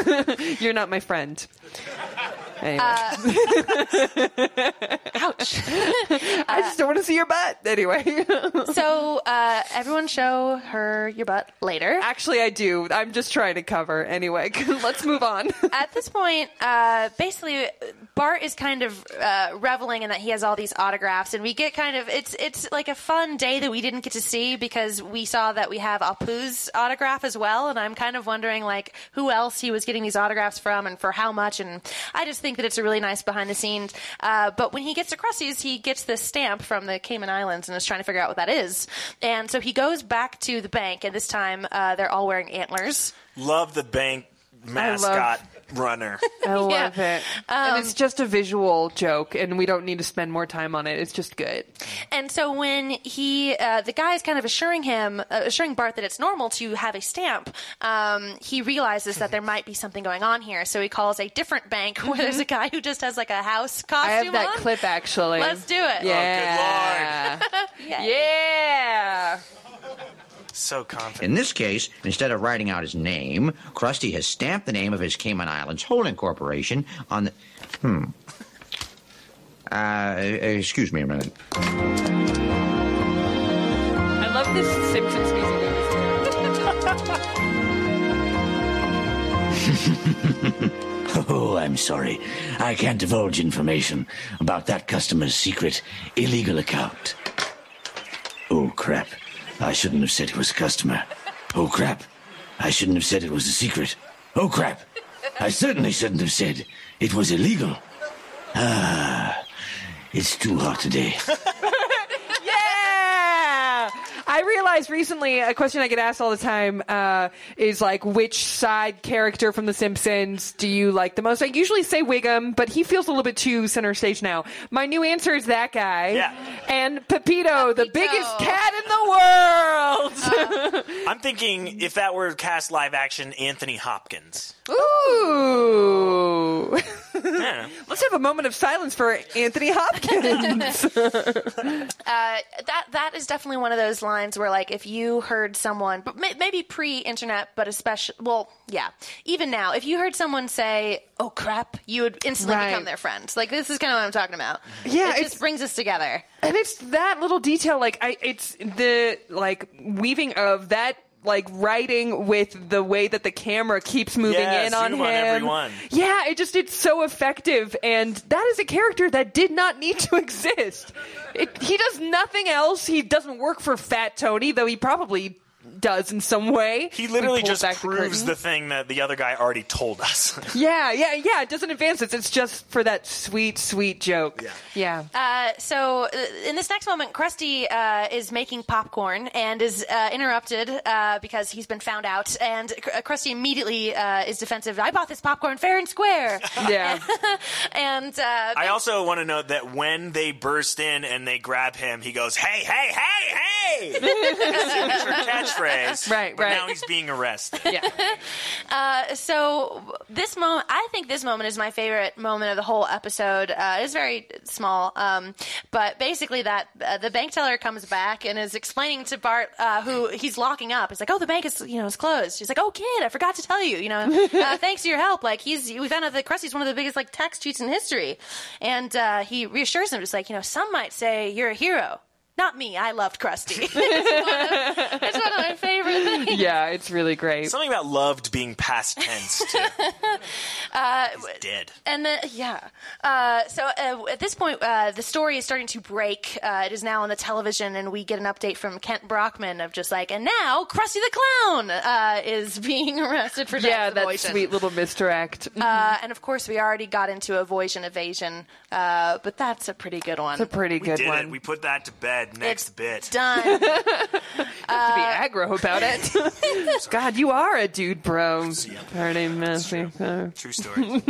[SPEAKER 2] You're not my friend. Anyway. Ouch. I just don't want to see your butt. Anyway.
[SPEAKER 4] So uh, everyone show her your butt later.
[SPEAKER 2] Actually, I do. I'm just trying to cover. Anyway, let's move on.
[SPEAKER 4] At this point, uh, basically, Bart is kind of uh, reveling in that he has all these autographs, and we get kind of it's it's like a fun day that we didn't get to see because we saw that we have Apu's autograph as well, and I'm kind of wondering like who else he was getting these autographs from and for how much, and I just think that it's a really nice behind the scenes. Uh, but when he gets to Krusty's, he gets this stamp from the Cayman Islands and is trying to figure out what that is, and so he goes back to the bank, and this time uh, they're all wearing antlers.
[SPEAKER 3] Love the bank mascot runner.
[SPEAKER 2] I love it. and
[SPEAKER 4] Um,
[SPEAKER 2] it's just a visual joke, and we don't need to spend more time on it. It's just good.
[SPEAKER 4] And so when he, uh, the guy is kind of assuring him, uh, assuring Bart that it's normal to have a stamp, um, he realizes that there might be something going on here. So he calls a different bank where there's a guy who just has like a house costume
[SPEAKER 2] Mm-hmm. I have that
[SPEAKER 4] on.
[SPEAKER 2] clip actually.
[SPEAKER 4] Let's do
[SPEAKER 2] Oh,
[SPEAKER 4] it.
[SPEAKER 2] Yeah. yeah.
[SPEAKER 3] So confident.
[SPEAKER 9] In this case, instead of writing out his name, Krusty has stamped the name of his Cayman Islands Holding Corporation on the. Hmm. Uh, excuse me a minute.
[SPEAKER 2] I love this Simpsons music.
[SPEAKER 5] Oh, I'm sorry. I can't divulge information about that customer's secret illegal account. Oh, crap. I shouldn't have said it was a customer. Oh, crap. I shouldn't have said it was a secret. Oh, crap. I certainly shouldn't have said it was illegal. Ah, it's too hot today.
[SPEAKER 2] Yeah. I realized recently a question I get asked all the time uh, is like, which side character from The Simpsons do you like the most? I usually say Wiggum, but he feels a little bit too center stage now. My new answer is that guy.
[SPEAKER 3] Yeah.
[SPEAKER 2] And Pepito, the
[SPEAKER 4] Pepito.
[SPEAKER 2] biggest cat in the world.
[SPEAKER 3] I'm thinking if that were cast live action, Anthony Hopkins.
[SPEAKER 2] Ooh.
[SPEAKER 3] Yeah.
[SPEAKER 2] Let's have a moment of silence for Anthony Hopkins.
[SPEAKER 4] Uh, that that is definitely one of those lines where like if you heard someone, but may, maybe pre-internet, but especially well, yeah, even now, if you heard someone say "oh crap," you would instantly
[SPEAKER 2] Right.
[SPEAKER 4] become their friend. Like this is kind of what I'm talking about.
[SPEAKER 2] Yeah,
[SPEAKER 4] it
[SPEAKER 2] it's-
[SPEAKER 4] just brings us together.
[SPEAKER 2] and it's that little detail like i it's the like weaving of that like writing with the way that the camera keeps moving
[SPEAKER 3] Yeah,
[SPEAKER 2] in on him
[SPEAKER 3] zoom on everyone.
[SPEAKER 2] yeah it just it's so effective and that is a character that did not need to exist it, he does nothing else he doesn't work for fat tony though he probably does in some way
[SPEAKER 3] He literally
[SPEAKER 2] We pull
[SPEAKER 3] just
[SPEAKER 2] back the
[SPEAKER 3] proves
[SPEAKER 2] curtain.
[SPEAKER 3] the, thing that the other guy already told us.
[SPEAKER 2] yeah yeah yeah it doesn't advance it it's just for that sweet sweet joke
[SPEAKER 3] Yeah.
[SPEAKER 2] yeah
[SPEAKER 4] Uh, so uh, in this next moment, Krusty uh, is making popcorn and is uh, interrupted uh, because he's been found out. And Kr- uh, Krusty immediately uh, is defensive. I bought this popcorn fair and square.
[SPEAKER 2] yeah
[SPEAKER 4] and uh,
[SPEAKER 3] I also want to note that when they burst in and they grab him, he goes, "Hey, hey, hey, hey!" Signature catchphrase.
[SPEAKER 2] Right,
[SPEAKER 3] But
[SPEAKER 2] right.
[SPEAKER 3] now he's being arrested.
[SPEAKER 2] yeah
[SPEAKER 4] so this moment, I think this moment is my favorite moment of the whole episode. Uh, it's very small, um, but basically that uh, the bank teller comes back and is explaining to Bart uh, who he's locking up. He's like, "Oh, the bank is you know is closed." She's like, "Oh, kid, I forgot to tell you. You know, uh, thanks to your help, like he's we found out that Krusty's one of the biggest like tax cheats in history." And uh, he reassures him, just like you know, some might say you're a hero. Not me. I loved Krusty. it's, one of, it's one of my favorite things.
[SPEAKER 2] yeah it's really great
[SPEAKER 3] Something about loved being past tense too. he's dead.
[SPEAKER 4] And then, yeah. Uh, so uh, at this point, uh, the story is starting to break. Uh, it is now on the television, and we get an update from Kent Brockman of just like, and now Krusty the Clown uh, is being arrested for
[SPEAKER 2] yeah,
[SPEAKER 4] tax
[SPEAKER 2] that
[SPEAKER 4] avoidance.
[SPEAKER 2] sweet little misdirect.
[SPEAKER 4] Uh, and of course, we already got into avoidance and evasion, uh, but that's a pretty good one.
[SPEAKER 2] That's a pretty
[SPEAKER 3] We
[SPEAKER 2] good
[SPEAKER 3] did
[SPEAKER 2] one.
[SPEAKER 3] it. We put that to bed. Next bit.
[SPEAKER 4] Done.
[SPEAKER 2] have
[SPEAKER 4] Uh,
[SPEAKER 2] to be aggro about it. God, you are a dude, bro. Pretty messy. Uh,
[SPEAKER 3] True story.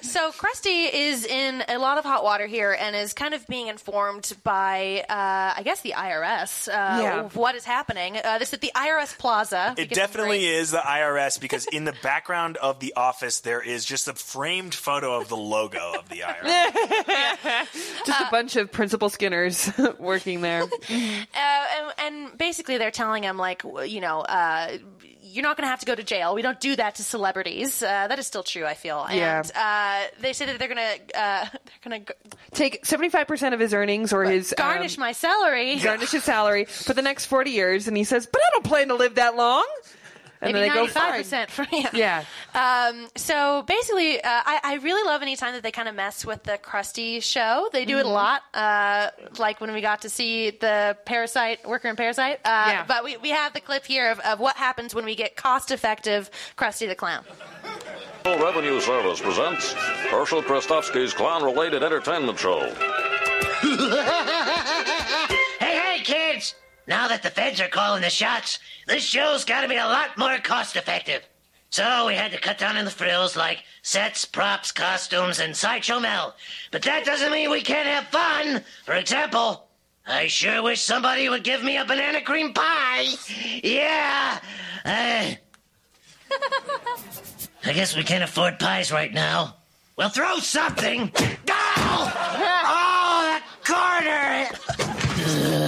[SPEAKER 4] So Krusty is in a lot of hot water here, and is kind of being informed by, uh, I guess, the IRS uh,
[SPEAKER 2] Yeah.
[SPEAKER 4] of what is happening. Uh, this is at the IRS Plaza. We
[SPEAKER 3] It
[SPEAKER 4] get some
[SPEAKER 3] definitely
[SPEAKER 4] great-
[SPEAKER 3] is the IRS because in the background of the office there is just a framed photo of the logo of the IRS.
[SPEAKER 2] Just a bunch of Principal Skinners working there.
[SPEAKER 4] uh, and, and basically they're telling him like w- you know uh, you're not going to have to go to jail. We don't do that to celebrities. Uh, that is still true, I feel.
[SPEAKER 2] Yeah.
[SPEAKER 4] And uh, they say that they're going to uh, they're going to
[SPEAKER 2] Take 75% of his earnings or his.
[SPEAKER 4] garnish
[SPEAKER 2] um,
[SPEAKER 4] my salary.
[SPEAKER 2] garnish his salary for the next 40 years. And he says, but I don't plan to live that long. And
[SPEAKER 4] Maybe
[SPEAKER 2] then they go,
[SPEAKER 4] ninety-five
[SPEAKER 2] fine.
[SPEAKER 4] percent for yeah.
[SPEAKER 2] Yeah.
[SPEAKER 4] Um, so basically, uh, I, I really love any time that they kind of mess with the Krusty show. They do it a
[SPEAKER 2] Mm-hmm.
[SPEAKER 4] lot. Uh, like when we got to see the Parasite worker in Parasite. Uh,
[SPEAKER 2] Yeah.
[SPEAKER 4] But we, we have the clip here of, of what happens when we get cost-effective Krusty the Clown.
[SPEAKER 10] Federal Revenue Service presents Herschel Krastovsky's clown-related entertainment show.
[SPEAKER 7] Hey, hey, kids! Now that the feds are calling the shots, this show's gotta be a lot more cost effective. So we had to cut down on the frills like sets, props, costumes, and sideshow Mel. But that doesn't mean we can't have fun. For example, I sure wish somebody would give me a banana cream pie. Yeah. Uh, I guess we can't afford pies right now. Well, throw something. Ow! Oh, that corner!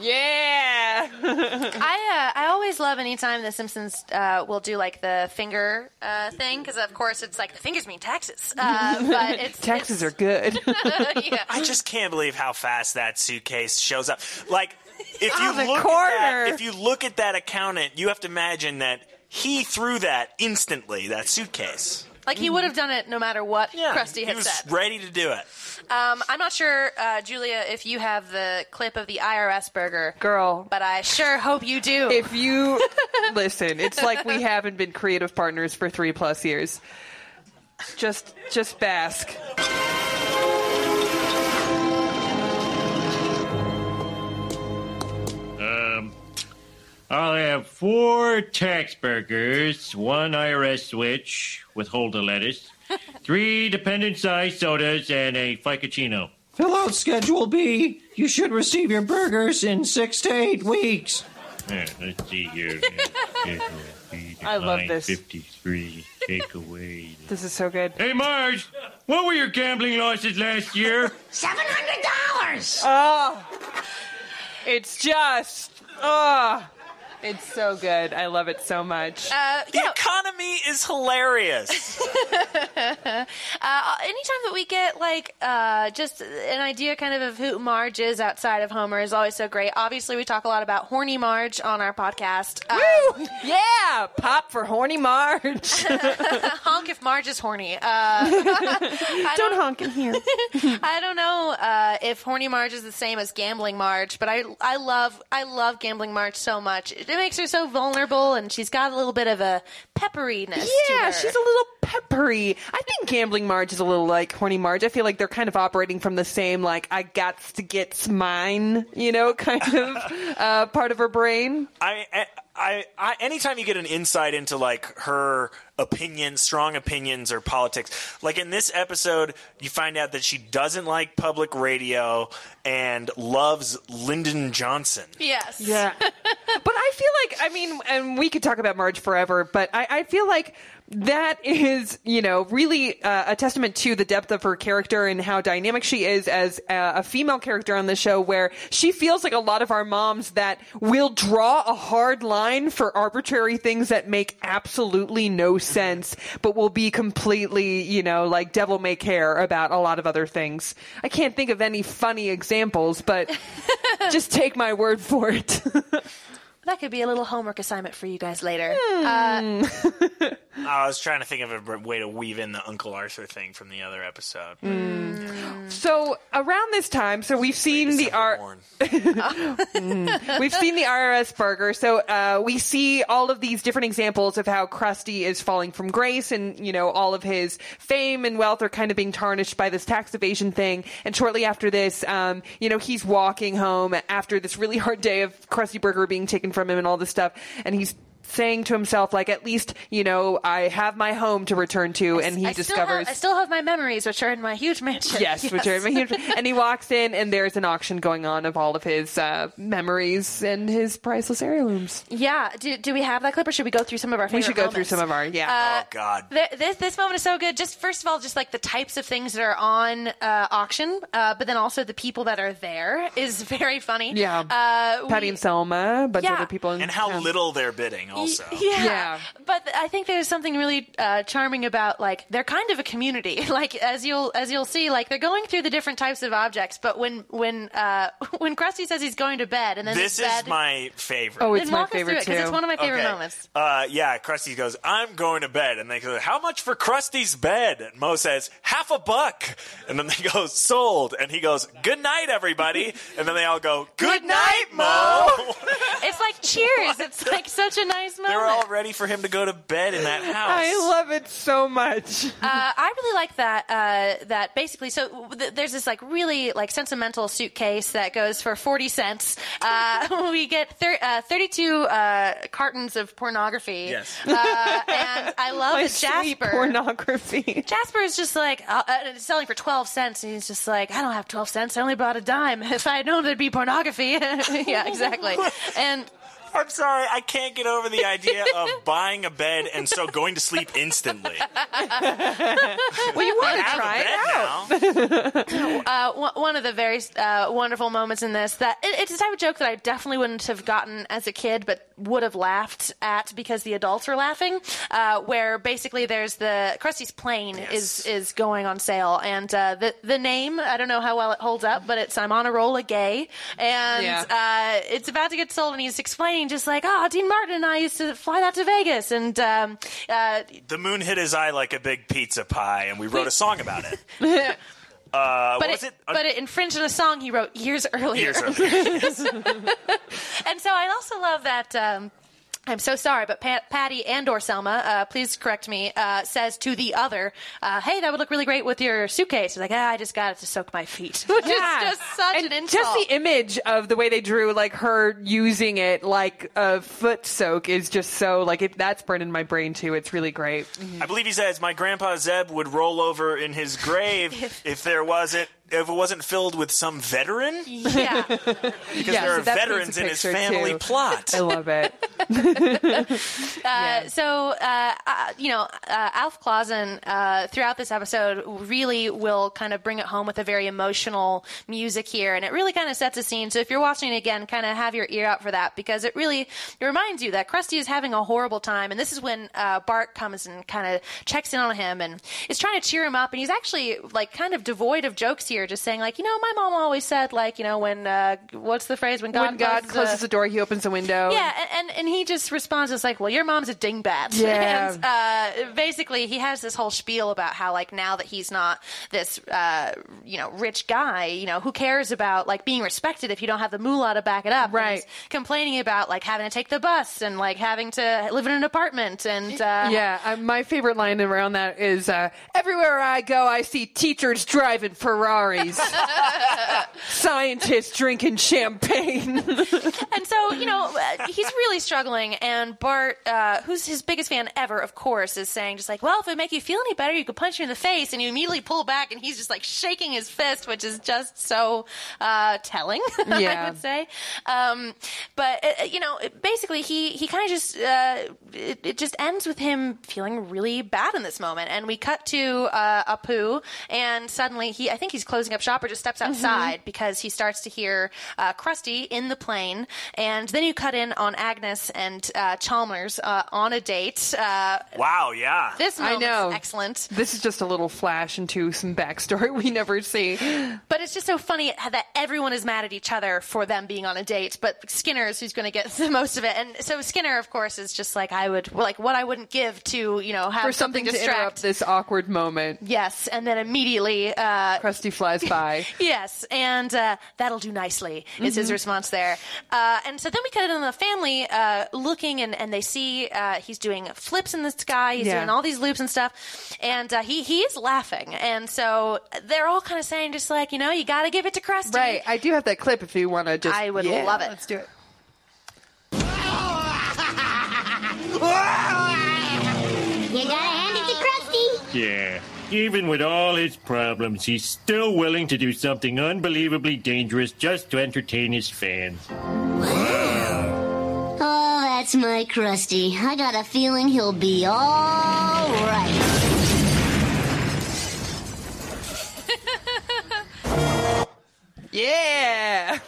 [SPEAKER 2] Yeah.
[SPEAKER 4] I uh, I always love any time the Simpsons uh, will do like the finger uh, thing because of course it's like the fingers mean taxes. Uh, but it's
[SPEAKER 2] Taxes are good.
[SPEAKER 4] are. yeah.
[SPEAKER 3] I just can't believe how fast that suitcase shows up. Like, if you
[SPEAKER 2] the
[SPEAKER 3] look
[SPEAKER 2] corner.
[SPEAKER 3] at that, if you look at that accountant, you have to imagine that he threw that instantly. That suitcase.
[SPEAKER 4] Like
[SPEAKER 2] Mm-hmm.
[SPEAKER 4] he would have done it no matter what Krusty
[SPEAKER 3] he
[SPEAKER 4] had
[SPEAKER 3] was
[SPEAKER 4] said.
[SPEAKER 3] ready to do it.
[SPEAKER 4] Um, I'm not sure, uh, Julia, if you have the clip of the IRS burger,
[SPEAKER 2] Girl.
[SPEAKER 4] but I sure hope you do.
[SPEAKER 2] if you listen, it's like we haven't been creative partners for three plus years. Just, just bask.
[SPEAKER 6] Um, I'll have four tax burgers, one IRS switch with holder lettuce, three dependent size sodas, and a Ficacino.
[SPEAKER 9] Hello, Schedule B. You should receive your burgers in six to eight weeks.
[SPEAKER 6] Yeah, let's see here.
[SPEAKER 2] I love this.
[SPEAKER 6] 53 take away.
[SPEAKER 2] This is so good.
[SPEAKER 6] Hey, Marge, what were your gambling losses last year?
[SPEAKER 7] $700!
[SPEAKER 2] Oh, it's just oh, it's so good. I love it so much.
[SPEAKER 4] uh,
[SPEAKER 3] The
[SPEAKER 4] yeah,
[SPEAKER 3] economy is hilarious.
[SPEAKER 4] uh, anytime that we get like uh, just an idea kind of of who Marge is outside of Homer is always so great. Obviously, we talk a lot about horny Marge on our podcast. Uh,
[SPEAKER 2] Woo! Yeah, pop for horny Marge.
[SPEAKER 4] honk if Marge is horny. Uh, I
[SPEAKER 2] Don't honk in here.
[SPEAKER 4] I don't know uh, if horny Marge is the same as gambling Marge, but I I love I love gambling Marge so much. It makes her so vulnerable, and she's got a little bit of a pepperiness. to
[SPEAKER 2] Yeah,
[SPEAKER 4] her.
[SPEAKER 2] she's a little peppery. I think gambling Marge is a little like horny Marge. I feel like they're kind of operating from the same like I got to get mine, you know, kind of uh, part of her brain.
[SPEAKER 3] I, I, I, I, anytime you get an insight into like her opinions, strong opinions or politics, like in this episode, you find out that she doesn't like public radio and loves Lyndon Johnson.
[SPEAKER 4] yes.
[SPEAKER 2] but I feel like I mean, and we could talk about Marge forever, but I, I feel like that is you know really uh, a testament to the depth of her character and how dynamic she is as uh, a female character on the show, where she feels like a lot of our moms that will draw a hard line for arbitrary things that make absolutely no sense, but will be completely you know like devil may care about a lot of other things. I can't think of any funny examples, but just take my word for it.
[SPEAKER 4] That could be a little homework assignment for you guys later.
[SPEAKER 2] Hmm.
[SPEAKER 4] Uh,
[SPEAKER 3] I was trying to think of a way to weave in the Uncle Arthur thing from the other episode.
[SPEAKER 4] Mm.
[SPEAKER 2] So around this time, so we've seen the
[SPEAKER 3] December
[SPEAKER 2] R-
[SPEAKER 3] Warren.
[SPEAKER 2] we've seen the IRS burger. So uh, we see all of these different examples of how Krusty is falling from grace, and you know all of his fame and wealth are kind of being tarnished by this tax evasion thing. And shortly after this, um, you know he's walking home after this really hard day of Krusty Burger being taken from him and all this stuff, and he's saying to himself like, at least you know I have my home to return to, and he
[SPEAKER 4] I still have-
[SPEAKER 2] discovers.
[SPEAKER 4] I still have my memories, which are in my huge mansion.
[SPEAKER 2] Yes, yes. and he walks in, and there's an auction going on of all of his uh, memories and his priceless heirlooms.
[SPEAKER 4] Yeah. Do, do we have that clip, or should we go through some of our?
[SPEAKER 2] We should go through some of our yeah.
[SPEAKER 4] Uh,
[SPEAKER 3] oh God.
[SPEAKER 4] Th- this this moment is so good. Just first of all, just like the types of things that are on uh, auction, uh, but then also the people that are there is very funny.
[SPEAKER 2] Yeah.
[SPEAKER 4] uh,
[SPEAKER 2] Patty
[SPEAKER 4] we-
[SPEAKER 2] and Selma, a bunch
[SPEAKER 4] Yeah.
[SPEAKER 2] of other people, in
[SPEAKER 3] And how
[SPEAKER 2] town.
[SPEAKER 3] little they're bidding. also.
[SPEAKER 4] Yeah. But th- I think there's something really uh, charming about like they're kind of a community. Like as you'll as you'll see, like they're going through the different types of objects. But when when uh, when Krusty says he's going to bed, and then
[SPEAKER 3] This
[SPEAKER 4] his
[SPEAKER 3] is
[SPEAKER 4] bed,
[SPEAKER 3] my favorite.
[SPEAKER 4] Oh, it's Then my walk us favorite, through it, 'cause it's too. one of my favorite
[SPEAKER 3] Okay.
[SPEAKER 4] moments.
[SPEAKER 3] Uh, yeah, Krusty goes, "I'm going to bed," and they go, "How much for Krusty's bed?" And Mo says, "Half a buck," and then they go, "Sold," and he goes, "Good night, everybody," and then they all go, "Good night, Mo."
[SPEAKER 4] it's like Cheers. it's like such a nice moment.
[SPEAKER 3] They were all ready for him to go to bed in that house.
[SPEAKER 2] I love it so much.
[SPEAKER 4] uh, I really like that. Uh, that basically, so th- there's this like really like sentimental suitcase that goes for forty cents. Uh, we get thir- uh, thirty-two uh, cartons of pornography.
[SPEAKER 2] Yes.
[SPEAKER 4] uh, and I love
[SPEAKER 2] My
[SPEAKER 4] that
[SPEAKER 2] sweet
[SPEAKER 4] Jasper.
[SPEAKER 2] pornography.
[SPEAKER 4] Jasper is just like uh, uh, it's selling for twelve cents, and he's just like, I don't have twelve cents. I only brought a dime. If I had known there'd be pornography, yeah, exactly. And
[SPEAKER 3] I'm sorry, I can't get over the idea of buying a bed and so going to sleep instantly.
[SPEAKER 4] well,
[SPEAKER 2] you
[SPEAKER 3] I
[SPEAKER 4] want
[SPEAKER 3] have a bed now.
[SPEAKER 4] uh, one- one of the very uh, wonderful moments in this that it, it's the type of joke that I definitely wouldn't have gotten as a kid, but would have laughed at because the adults are laughing. Uh, where basically there's the Krusty's plane is is going on sale, and uh, the the name I don't know how well it holds up, but it's I'm on a roll a gay, and uh, it's about to get sold, and he's explaining just like, oh, Dean Martin and I used to fly that to Vegas, and um, uh,
[SPEAKER 3] The moon hit his eye like a big pizza pie, and we wrote a song about it. Uh,
[SPEAKER 4] but
[SPEAKER 3] what was it?
[SPEAKER 4] but it infringed on a song he wrote years earlier.
[SPEAKER 3] Years earlier.
[SPEAKER 4] and so I also love that. Um, I'm so sorry, but Pat, Patty and or Selma, uh, please correct me, uh, says to the other, uh, "Hey, that would look really great with your suitcase." He's like, ah, "I just got it to soak my feet," which is just such
[SPEAKER 2] And
[SPEAKER 4] an insult.
[SPEAKER 2] Just the image of the way they drew, like her using it like a foot soak, is just so like it, that's burned in my brain too. It's really great.
[SPEAKER 3] I believe he says, "My grandpa Zeb would roll over in his grave if there wasn't if it wasn't filled with some veteran."
[SPEAKER 4] Yeah,
[SPEAKER 3] because
[SPEAKER 2] Yeah,
[SPEAKER 3] there
[SPEAKER 2] so
[SPEAKER 3] are
[SPEAKER 2] that paints
[SPEAKER 3] veterans
[SPEAKER 2] a
[SPEAKER 3] in his
[SPEAKER 2] picture,
[SPEAKER 3] family
[SPEAKER 2] too.
[SPEAKER 3] plot.
[SPEAKER 2] I love it.
[SPEAKER 4] Uh, So, uh, uh, you know, uh, Alf Clausen uh, throughout this episode really will kind of bring it home with a very emotional music here, and it really kind of sets a scene. So, if you're watching it again, kind of have your ear out for that because it really it reminds you that Krusty is having a horrible time, and this is when uh, Bart comes and kind of checks in on him and is trying to cheer him up, and he's actually like kind of devoid of jokes here, just saying like, you know, my mom always said like, you know, when uh, what's the phrase when God
[SPEAKER 2] when God
[SPEAKER 4] closes,
[SPEAKER 2] closes
[SPEAKER 4] a-
[SPEAKER 2] the door, he opens the window.
[SPEAKER 4] yeah, and, and and he just responds as like, "Well, your mom's a dingbat."
[SPEAKER 2] Yeah.
[SPEAKER 4] And, uh, basically, he has this whole spiel about how like now that he's not this uh, you know rich guy, you know who cares about like being respected if you don't have the moolah to back it up. Right. complaining about like having to take the bus and like having to live in an apartment and uh,
[SPEAKER 2] Yeah, uh, my favorite line around that is uh, "Everywhere I go, I see teachers driving Ferraris, scientists drinking champagne."
[SPEAKER 4] and so you know uh, he's really struggling and bart uh, who's his biggest fan ever of course is saying just like well if it make you feel any better you could punch you in the face and you immediately pull back and he's just like shaking his fist which is just so uh, telling i
[SPEAKER 2] Yeah.
[SPEAKER 4] would say um, but uh, you know it- basically he he kind of just uh, it, it just ends with him feeling really bad in this moment and we cut to uh, apu and suddenly he i think he's closing up shop or just
[SPEAKER 2] Mm-hmm.
[SPEAKER 4] steps outside because he starts to hear uh, Krusty in the plane, and then you cut in on Agnes and uh, Chalmers uh, on a date. Uh,
[SPEAKER 3] Wow, yeah.
[SPEAKER 4] this
[SPEAKER 2] I
[SPEAKER 4] moment
[SPEAKER 2] know.
[SPEAKER 4] is excellent,
[SPEAKER 2] This is just a little flash into some backstory we never see.
[SPEAKER 4] but it's just so funny how that everyone is mad at each other for them being on a date, but Skinner is who's going to get the most of it, and so Skinner, of course, is just like I would like what I wouldn't give to you know have
[SPEAKER 2] for something, to
[SPEAKER 4] distract.
[SPEAKER 2] interrupt this awkward moment.
[SPEAKER 4] Yes, and then immediately uh,
[SPEAKER 2] Krusty flies by.
[SPEAKER 4] Yes, and uh, that'll do nicely, is his
[SPEAKER 2] Mhm.
[SPEAKER 4] response there. Uh, and so then we cut in on the family uh, looking, and, and they see uh, he's doing flips in the sky, he's
[SPEAKER 2] Yeah.
[SPEAKER 4] doing all these loops and stuff, and uh, he, he is laughing. And so they're all kind of saying, just like, you know, you got to give it to Krusty.
[SPEAKER 2] right, I do have that clip if you want to just.
[SPEAKER 4] I would
[SPEAKER 2] Yeah,
[SPEAKER 4] love it.
[SPEAKER 2] Let's do it.
[SPEAKER 8] You gotta hand it to Krusty.
[SPEAKER 6] Yeah. Even with all his problems, he's still willing to do something unbelievably dangerous just to entertain his fans.
[SPEAKER 8] Oh, that's my Krusty. I got a feeling he'll be all right.
[SPEAKER 2] Yeah.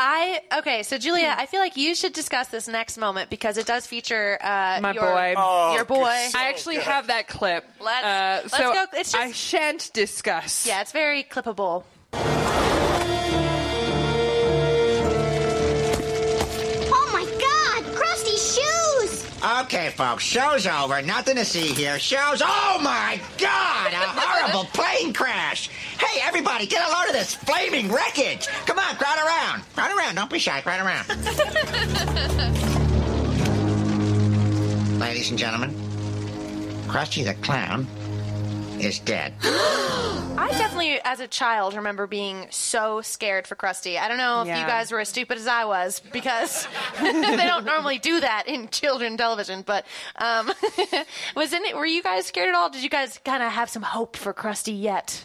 [SPEAKER 4] I okay, so Julia,
[SPEAKER 2] Hmm.
[SPEAKER 4] I feel like you should discuss this next moment because it does feature uh,
[SPEAKER 2] My
[SPEAKER 4] your,
[SPEAKER 2] boy.
[SPEAKER 4] your boy.
[SPEAKER 2] I actually have that clip.
[SPEAKER 4] Let's-
[SPEAKER 2] uh,
[SPEAKER 4] let's
[SPEAKER 2] so
[SPEAKER 4] go- it's just-
[SPEAKER 2] I shan't discuss.
[SPEAKER 4] Yeah, it's very clippable.
[SPEAKER 8] Oh my god, Krusty's shoes!
[SPEAKER 9] Okay, folks, show's over. Nothing to see here. Show's. Oh my God! A horrible plane crash! Hey, everybody, get a load of this flaming wreckage! Come on, crowd around. Crowd around. Don't be shy. Crowd around. Ladies and gentlemen, Krusty the Clown is dead.
[SPEAKER 4] I definitely, as a child, remember being so scared for Krusty. I don't know if
[SPEAKER 2] Yeah.
[SPEAKER 4] you guys were as stupid as I was because they don't normally do that in children television. But um, was in it? Were you guys scared at all? Did you guys kind of have some hope for Krusty yet?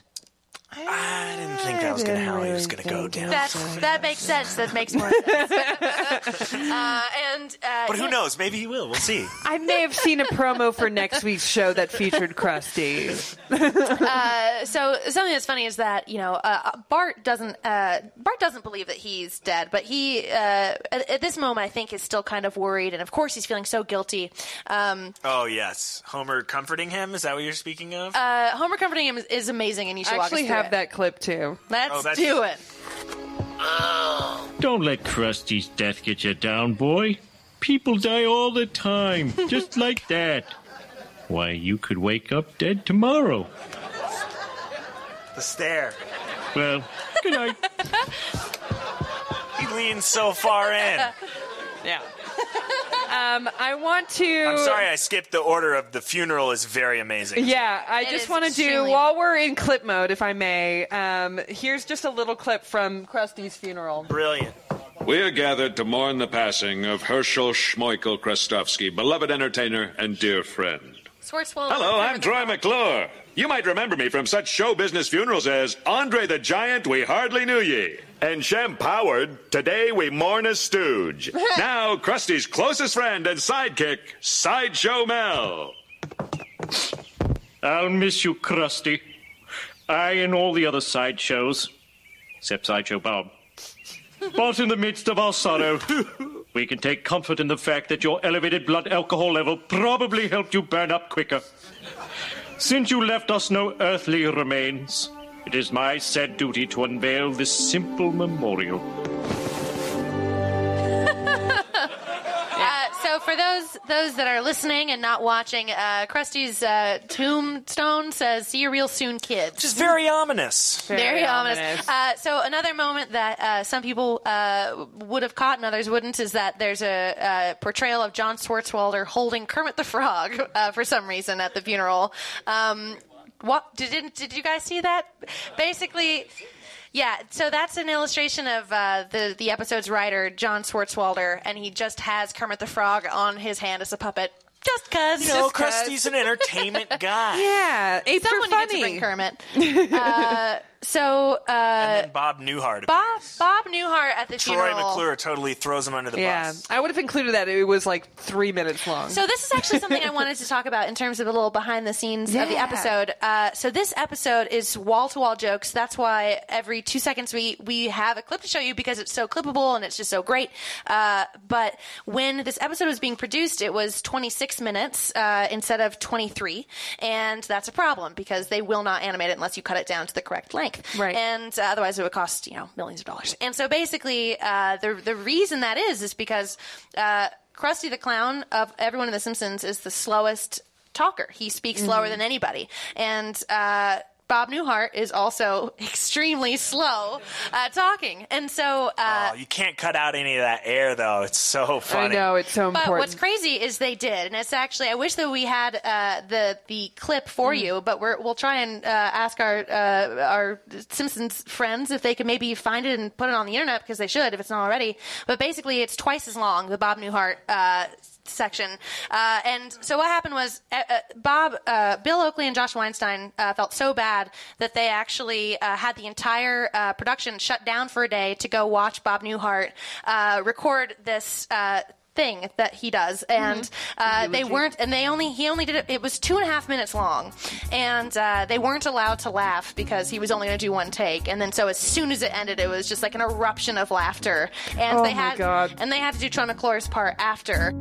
[SPEAKER 3] I didn't think that was going to how he was going to go down.
[SPEAKER 4] That that makes sense. That makes more sense. uh, and uh,
[SPEAKER 3] but who
[SPEAKER 4] yeah.
[SPEAKER 3] knows? Maybe he will. We'll see.
[SPEAKER 2] I may have seen a promo for next week's show that featured Krusty.
[SPEAKER 4] so something that's funny is that you know uh, Bart doesn't uh, Bart doesn't believe that he's dead, but he uh, at, at this moment I think is still kind of worried, and of course he's feeling so guilty. Um,
[SPEAKER 3] Oh yes, Homer comforting him. Is that what you're speaking of?
[SPEAKER 4] uh, Homer comforting him is, is amazing, and you
[SPEAKER 2] I
[SPEAKER 4] should
[SPEAKER 2] actually
[SPEAKER 4] walk us
[SPEAKER 2] have
[SPEAKER 4] through it.
[SPEAKER 2] that clip too.
[SPEAKER 4] Let's
[SPEAKER 3] Oh, that's-
[SPEAKER 4] do it.
[SPEAKER 6] Don't let Krusty's death get you down, boy. People die all the time, just like that. Why, you could wake up dead tomorrow.
[SPEAKER 3] the stare.
[SPEAKER 6] Well, good night.
[SPEAKER 3] He leans so far in.
[SPEAKER 2] Yeah. Um, I want to.
[SPEAKER 3] I'm sorry, I skipped the order of the funeral. is very amazing.
[SPEAKER 2] Yeah, I
[SPEAKER 4] It
[SPEAKER 2] just
[SPEAKER 4] is
[SPEAKER 2] want to do
[SPEAKER 4] extremely-
[SPEAKER 2] while we're in clip mode, if I may. Um, here's just a little clip from Krusty's funeral.
[SPEAKER 3] Brilliant.
[SPEAKER 10] We are gathered to mourn the passing of Herschel Schmeichel Krestovsky, beloved entertainer and dear friend.
[SPEAKER 4] Schwarzwald.
[SPEAKER 10] Hello, I'm Troy McClure. You might remember me from such show business funerals as Andre the Giant, We Hardly Knew Ye, and Shem Howard, Today We Mourn a Stooge. now, Krusty's closest friend and sidekick, Sideshow Mel.
[SPEAKER 6] I'll miss you, Krusty. I and all the other sideshows, except Sideshow Bob. But in the midst of our sorrow, we can take comfort in the fact that your elevated blood alcohol level probably helped you burn up quicker. Since you left us no earthly remains, it is my sad duty to unveil this simple memorial.
[SPEAKER 4] Uh, so for those those that are listening and not watching, uh, Krusty's uh, tombstone says, "See you real soon, kids."
[SPEAKER 3] Just very ominous.
[SPEAKER 4] Very,
[SPEAKER 2] Very
[SPEAKER 4] ominous.
[SPEAKER 2] ominous.
[SPEAKER 4] Uh, so another moment that uh, some people uh, would have caught and others wouldn't is that there's a uh, portrayal of John Swartzwelder holding Kermit the Frog uh, for some reason at the funeral. Um, what did did you guys see that? Basically. Yeah, so that's an illustration of uh, the the episode's writer John Swartzwelder, and he just has Kermit the Frog on his hand as a puppet, just cause.
[SPEAKER 3] You know,
[SPEAKER 4] Just 'cause.
[SPEAKER 3] Krusty's an entertainment guy.
[SPEAKER 2] Yeah, apes
[SPEAKER 4] Someone
[SPEAKER 2] are
[SPEAKER 4] needed to bring
[SPEAKER 2] funny.
[SPEAKER 4] Kermit. Uh, so uh,
[SPEAKER 3] And Bob Newhart.
[SPEAKER 4] Bob Bob Newhart at the
[SPEAKER 3] Troy
[SPEAKER 4] funeral.
[SPEAKER 3] McClure totally throws him under the
[SPEAKER 2] Yeah, Uh,
[SPEAKER 3] bus.
[SPEAKER 2] I would have included that. It was like three minutes long.
[SPEAKER 4] So this is actually something I wanted to talk about in terms of a little behind the scenes of the
[SPEAKER 2] Yeah.
[SPEAKER 4] episode. Uh, so this episode is wall to wall jokes. That's why every two seconds we we have a clip to show you because it's so clippable and it's just so great. Uh, but when this episode was being produced, it was 26 minutes uh, instead of 23, and that's a problem because they will not animate it unless you cut it down to the correct length.
[SPEAKER 2] Right.
[SPEAKER 4] And uh, otherwise, it would cost you know millions of dollars. And so basically, uh, the the reason that is is because uh, Krusty the Clown of everyone in The Simpsons is the slowest talker. He speaks slower than anybody, and. Uh, Bob Newhart is also extremely slow uh, talking, and so uh,
[SPEAKER 3] Oh, you can't cut out any of that air, though. It's so
[SPEAKER 2] I
[SPEAKER 3] funny.
[SPEAKER 2] know it's so
[SPEAKER 4] But
[SPEAKER 2] important.
[SPEAKER 4] what's crazy is they did, and it's actually I wish that we had uh, the the clip for you, but we're, we'll try and uh, ask our uh, our Simpsons friends if they can maybe find it and put it on the internet because they should if it's not already. But basically, it's twice as long the Bob Newhart. Uh, section uh, and so what happened was uh, uh, bob uh, bill oakley and josh weinstein uh, felt so bad that they actually uh, had the entire uh, production shut down for a day to go watch bob newhart uh, record this uh, thing that he does, and uh, they weren't, and they only he only did it. It was two and a half minutes long, and uh, they weren't allowed to laugh because he was only going to do one take, and then so as soon as it ended, it was just like an eruption of laughter, and
[SPEAKER 11] Oh
[SPEAKER 4] they
[SPEAKER 11] my
[SPEAKER 4] had
[SPEAKER 11] God.
[SPEAKER 4] and they had to do Troniclore's part after.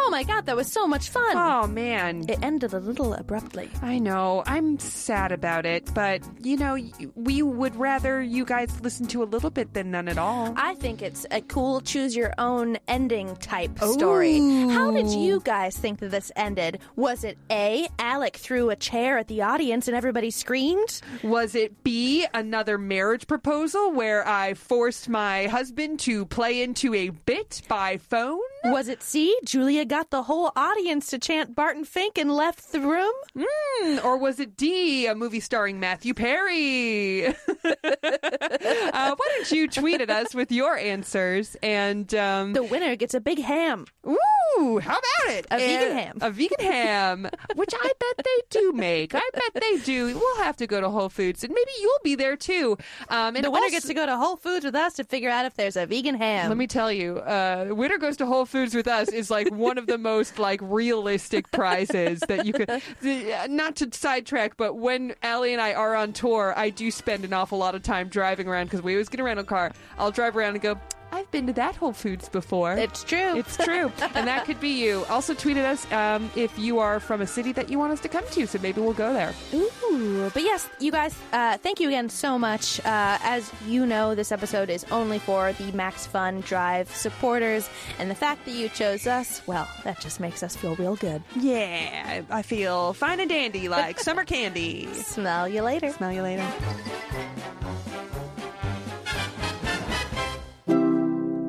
[SPEAKER 1] Oh my god, that was so much fun.
[SPEAKER 2] Oh man.
[SPEAKER 1] It ended a little abruptly.
[SPEAKER 2] I know. I'm sad about it, but you know, y- we would rather you guys listen to a little bit than none at all.
[SPEAKER 1] I think it's a cool choose your own ending type story. How did you guys think that this ended? Was it A, Alec threw a chair at the audience and everybody screamed?
[SPEAKER 2] Was it B, another marriage proposal where I forced my husband to play into a bit by phone?
[SPEAKER 1] Was it C, Julia got the whole audience to chant Barton Fink and left the room?
[SPEAKER 2] Hmm, Or was it D, a movie starring Matthew Perry? uh, why don't you tweet at us with your answers? And um,
[SPEAKER 1] The winner gets a big ham.
[SPEAKER 2] ooh, how about it?
[SPEAKER 1] A vegan
[SPEAKER 2] And-
[SPEAKER 1] ham.
[SPEAKER 2] A vegan ham, which I bet they do make. I bet they do. We'll have to go to Whole Foods, and maybe you'll be there too. Um, and
[SPEAKER 1] The winner
[SPEAKER 2] also-
[SPEAKER 1] gets to go to Whole Foods with us to figure out if there's a vegan ham.
[SPEAKER 2] Let me tell you, uh, winner goes to Whole Foods with us is like one of the most like realistic prizes that you could. the- uh, Not to sidetrack, but when Allie and I are on tour, I do spend an awful lot of time driving around because we always get a rental car. I'll drive around and go. I've been to that Whole Foods before.
[SPEAKER 1] It's true.
[SPEAKER 2] It's true. and that could be you. Also, tweet at us um, if you are from a city that you want us to come to, so maybe we'll go there.
[SPEAKER 1] Ooh, but yes, you guys, uh, thank you again so much. Uh, as you know, this episode is only for the Max Fun Drive supporters, and the fact that you chose us, well, that just makes us feel real good.
[SPEAKER 2] Yeah, I feel fine and dandy like summer candy.
[SPEAKER 1] Smell you later.
[SPEAKER 2] Smell you later.